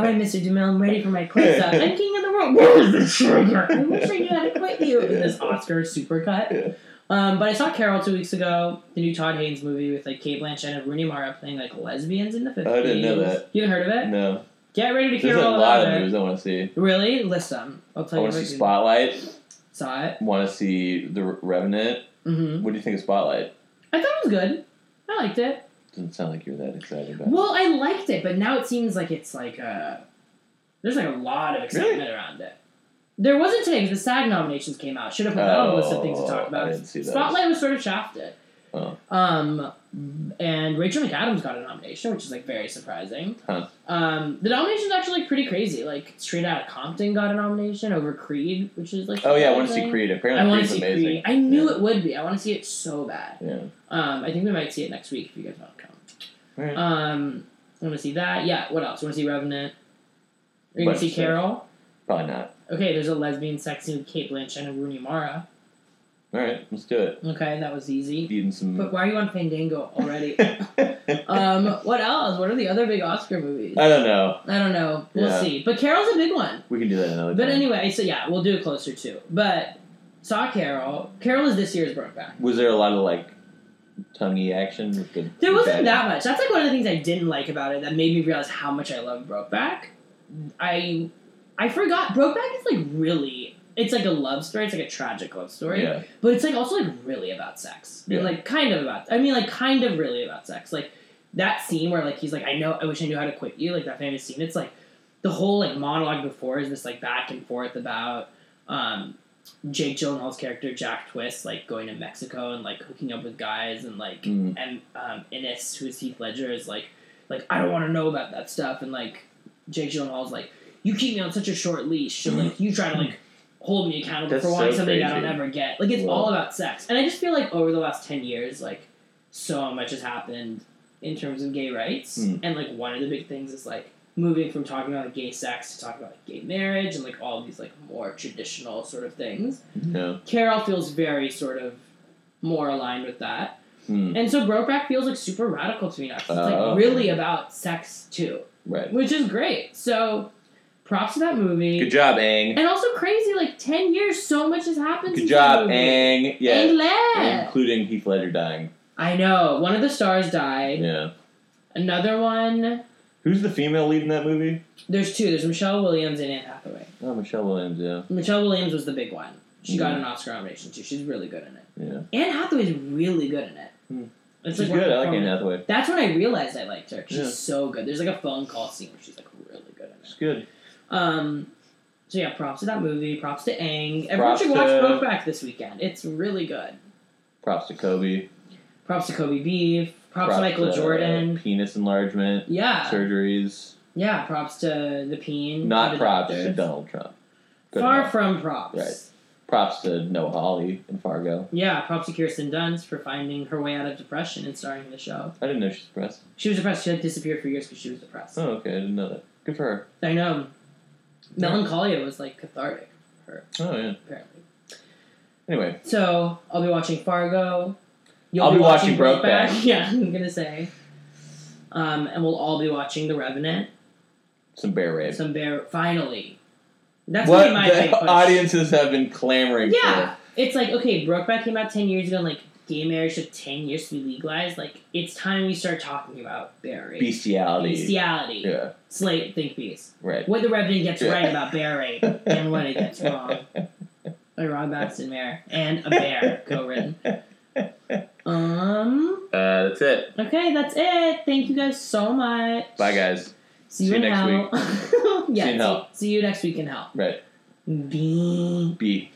Speaker 2: right, Mr. DeMille, I'm ready for my close up. I'm king of the world. Where's the trigger? I wish I knew how to quit you in this Oscar supercut. Um, but I saw Carol two weeks ago, the new Todd Haynes movie with like Kate Blanchett and Rooney Mara playing like lesbians in the 50s.
Speaker 1: I didn't know that.
Speaker 2: You haven't heard of it?
Speaker 1: no,
Speaker 2: Get ready to hear
Speaker 1: there's a
Speaker 2: all
Speaker 1: lot of
Speaker 2: about it.
Speaker 1: movies I want to see.
Speaker 2: Really? List them. I'll
Speaker 1: I
Speaker 2: tell you.
Speaker 1: want to
Speaker 2: what
Speaker 1: see
Speaker 2: you
Speaker 1: Spotlight.
Speaker 2: Saw it.
Speaker 1: Want to see The Revenant.
Speaker 2: hmm
Speaker 1: What do you think of Spotlight?
Speaker 2: I thought it was good. I liked it.
Speaker 1: Doesn't sound like you're that excited about. it.
Speaker 2: Well, I liked it, but now it seems like it's like uh there's like a lot of excitement around it. There wasn't today because the SAG nominations came out. Should have put that on the list of things to
Speaker 1: Oh,
Speaker 2: talk about.
Speaker 1: I didn't see those.
Speaker 2: Spotlight was sort of shafted.
Speaker 1: Oh.
Speaker 2: Um, and Rachel McAdams got a nomination, which is like very surprising.
Speaker 1: Huh.
Speaker 2: Um, the nomination's actually like, pretty crazy. Like Straight Outta Compton got a nomination over Creed, which is like
Speaker 1: Oh yeah, I want to see
Speaker 2: surprising.
Speaker 1: Creed.
Speaker 2: I
Speaker 1: Apparently,
Speaker 2: want to
Speaker 1: Creed's
Speaker 2: see
Speaker 1: amazing.
Speaker 2: Creed. I knew
Speaker 1: Yeah.
Speaker 2: it would be. I want to see it so bad.
Speaker 1: Yeah.
Speaker 2: Um, I think we might see it next week if you guys want to come.
Speaker 1: Alright.
Speaker 2: Um, I want to see that. Yeah. What else? You want to see Revenant? Are you going
Speaker 1: Bunch
Speaker 2: to see
Speaker 1: of stuff.
Speaker 2: Carol?
Speaker 1: Probably not.
Speaker 2: Okay, there's a lesbian sex scene with Kate Blanchett and Rooney Mara.
Speaker 1: All right, let's do it.
Speaker 2: Okay, that was easy.
Speaker 1: Eating some.
Speaker 2: But why are you on Fandango already? um, what else? What are the other big Oscar movies?
Speaker 1: I don't know.
Speaker 2: I don't know. We'll
Speaker 1: Uh, Yeah.
Speaker 2: see. But Carol's a big one.
Speaker 1: We can do that another
Speaker 2: But
Speaker 1: time.
Speaker 2: anyway, so yeah, we'll do it closer too. But saw Carol. Carol is this year's Brokeback.
Speaker 1: Was there a lot of like tonguey action with the?
Speaker 2: There wasn't
Speaker 1: with
Speaker 2: that much. That's like one of the things I didn't like about it that made me realize how much I love Brokeback. I I forgot Brokeback is like really it's like a love story, it's like a tragic love story.
Speaker 1: Yeah.
Speaker 2: But it's like also like really about sex. And,
Speaker 1: Yeah.
Speaker 2: like kind of about I mean like kind of really about sex. Like that scene where like he's like, I know I wish I knew how to quit you, like that famous scene, it's like the whole like monologue before is this like back and forth about um Jake Gyllenhaal's character Jack Twist like going to Mexico and like hooking up with guys and like
Speaker 1: Mm.
Speaker 2: and um, Innes, who's Heath Ledger, is like, like I don't want to know about that stuff, and like Jake Gyllenhaal's like, you keep me on such a short leash, and like you try to like hold me accountable
Speaker 1: That's
Speaker 2: for wanting
Speaker 1: so
Speaker 2: something I
Speaker 1: crazy.
Speaker 2: don't ever get. Like it's
Speaker 1: Wow.
Speaker 2: all about sex, and I just feel like over the last ten years, like so much has happened in terms of gay rights,
Speaker 1: Mm.
Speaker 2: and like one of the big things is like moving from talking about like, gay sex to talking about like, gay marriage and like all these like more traditional sort of things.
Speaker 1: No.
Speaker 2: Carol feels very sort of more aligned with that.
Speaker 1: Hmm.
Speaker 2: And so Brokeback feels like super radical to me now. 'cause It's like
Speaker 1: Oh.
Speaker 2: really about sex too,
Speaker 1: Right.
Speaker 2: which is great. So props to that movie.
Speaker 1: Good job, Ang.
Speaker 2: And also crazy, like ten years, so much has happened.
Speaker 1: Good
Speaker 2: since
Speaker 1: job,
Speaker 2: that movie.
Speaker 1: Ang. Yeah.
Speaker 2: And Led.
Speaker 1: Including Heath Ledger dying.
Speaker 2: I know one of the stars died.
Speaker 1: Yeah.
Speaker 2: Another one.
Speaker 1: Who's the female lead in that movie?
Speaker 2: There's two. There's Michelle Williams and Anne Hathaway.
Speaker 1: Oh, Michelle Williams. Yeah.
Speaker 2: Michelle Williams was the big one. She got
Speaker 1: Mhm.
Speaker 2: an Oscar nomination too. She's really good in it.
Speaker 1: Yeah.
Speaker 2: Anne Hathaway's really good in it.
Speaker 1: Hmm.
Speaker 2: It's
Speaker 1: She's
Speaker 2: like one of
Speaker 1: good.
Speaker 2: the
Speaker 1: I like Anne
Speaker 2: prominent-
Speaker 1: Hathaway.
Speaker 2: That's when I realized I liked her. She's
Speaker 1: Yeah.
Speaker 2: so good. There's like a phone call scene where she's like really good in
Speaker 1: She's
Speaker 2: it.
Speaker 1: good.
Speaker 2: Um, so yeah, props to that movie. Props to Aang. Everyone
Speaker 1: Props
Speaker 2: should watch
Speaker 1: to-
Speaker 2: Brokeback this weekend. It's really good.
Speaker 1: Props to Kobe.
Speaker 2: Props to Kobe Beef. Props, to Michael
Speaker 1: to uh,
Speaker 2: Jordan.
Speaker 1: Penis enlargement
Speaker 2: Yeah.
Speaker 1: surgeries.
Speaker 2: Yeah, props to the peen.
Speaker 1: Not
Speaker 2: to the
Speaker 1: props
Speaker 2: doctors.
Speaker 1: to Donald Trump. Good
Speaker 2: Far
Speaker 1: enough.
Speaker 2: from props.
Speaker 1: Right. Props to Noah Hawley in Fargo.
Speaker 2: Yeah, props to Kirsten Dunst for finding her way out of depression and starring the show.
Speaker 1: I didn't know she's depressed.
Speaker 2: She was depressed. She had disappeared for years because she was depressed.
Speaker 1: Oh, okay. I didn't know that. Good for her.
Speaker 2: I know.
Speaker 1: Yeah.
Speaker 2: Melancholia was like cathartic for her,
Speaker 1: Oh, yeah.
Speaker 2: apparently.
Speaker 1: Anyway,
Speaker 2: So I'll be watching Fargo. You'll
Speaker 1: I'll be watching
Speaker 2: Brokeback.
Speaker 1: Brokeback.
Speaker 2: yeah, I'm gonna say. Um, and we'll all be watching The Revenant.
Speaker 1: some bear rape.
Speaker 2: Some bear. Finally, that's
Speaker 1: what
Speaker 2: gonna be my
Speaker 1: the
Speaker 2: big push.
Speaker 1: audiences have been clamoring
Speaker 2: Yeah, it's like okay, Brokeback came out ten years ago. and Like gay marriage took ten years to be legalized. Like it's time we start talking about bear
Speaker 1: for
Speaker 2: rape,
Speaker 1: bestiality.
Speaker 2: bestiality,
Speaker 1: Yeah,
Speaker 2: slate, think beast.
Speaker 1: right.
Speaker 2: What the Revenant gets
Speaker 1: Yeah.
Speaker 2: right about bear rape and what it gets wrong by Ron Baxton Mayer and a bear co-written. Um.
Speaker 1: Uh, that's it.
Speaker 2: Okay, that's it. Thank you guys so much.
Speaker 1: Bye, guys. See
Speaker 2: See you
Speaker 1: you
Speaker 2: in
Speaker 1: next
Speaker 2: hell.
Speaker 1: See
Speaker 2: yeah.
Speaker 1: you in hell.
Speaker 2: See, see you next week in hell.
Speaker 1: Right.
Speaker 2: B
Speaker 1: B.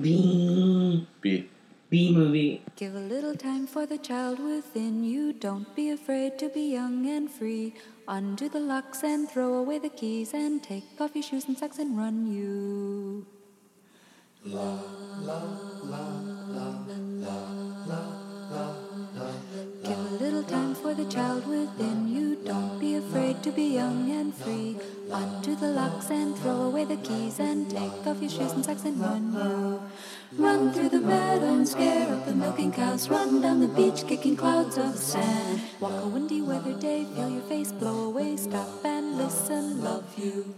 Speaker 2: B
Speaker 1: B.
Speaker 2: B movie.
Speaker 4: Give a little time for the child within you. Don't be afraid to be young and free. Undo the locks and throw away the keys and take off your shoes and socks and run you. Give a little time for the child within you. Don't be afraid to be young and free. Undo the locks and throw away the keys and take off your shoes and socks and run you. Run through the meadow and scare up the milking cows. Run down the beach kicking clouds of sand. Walk a windy weather day, feel your face blow away. Stop and listen, love you.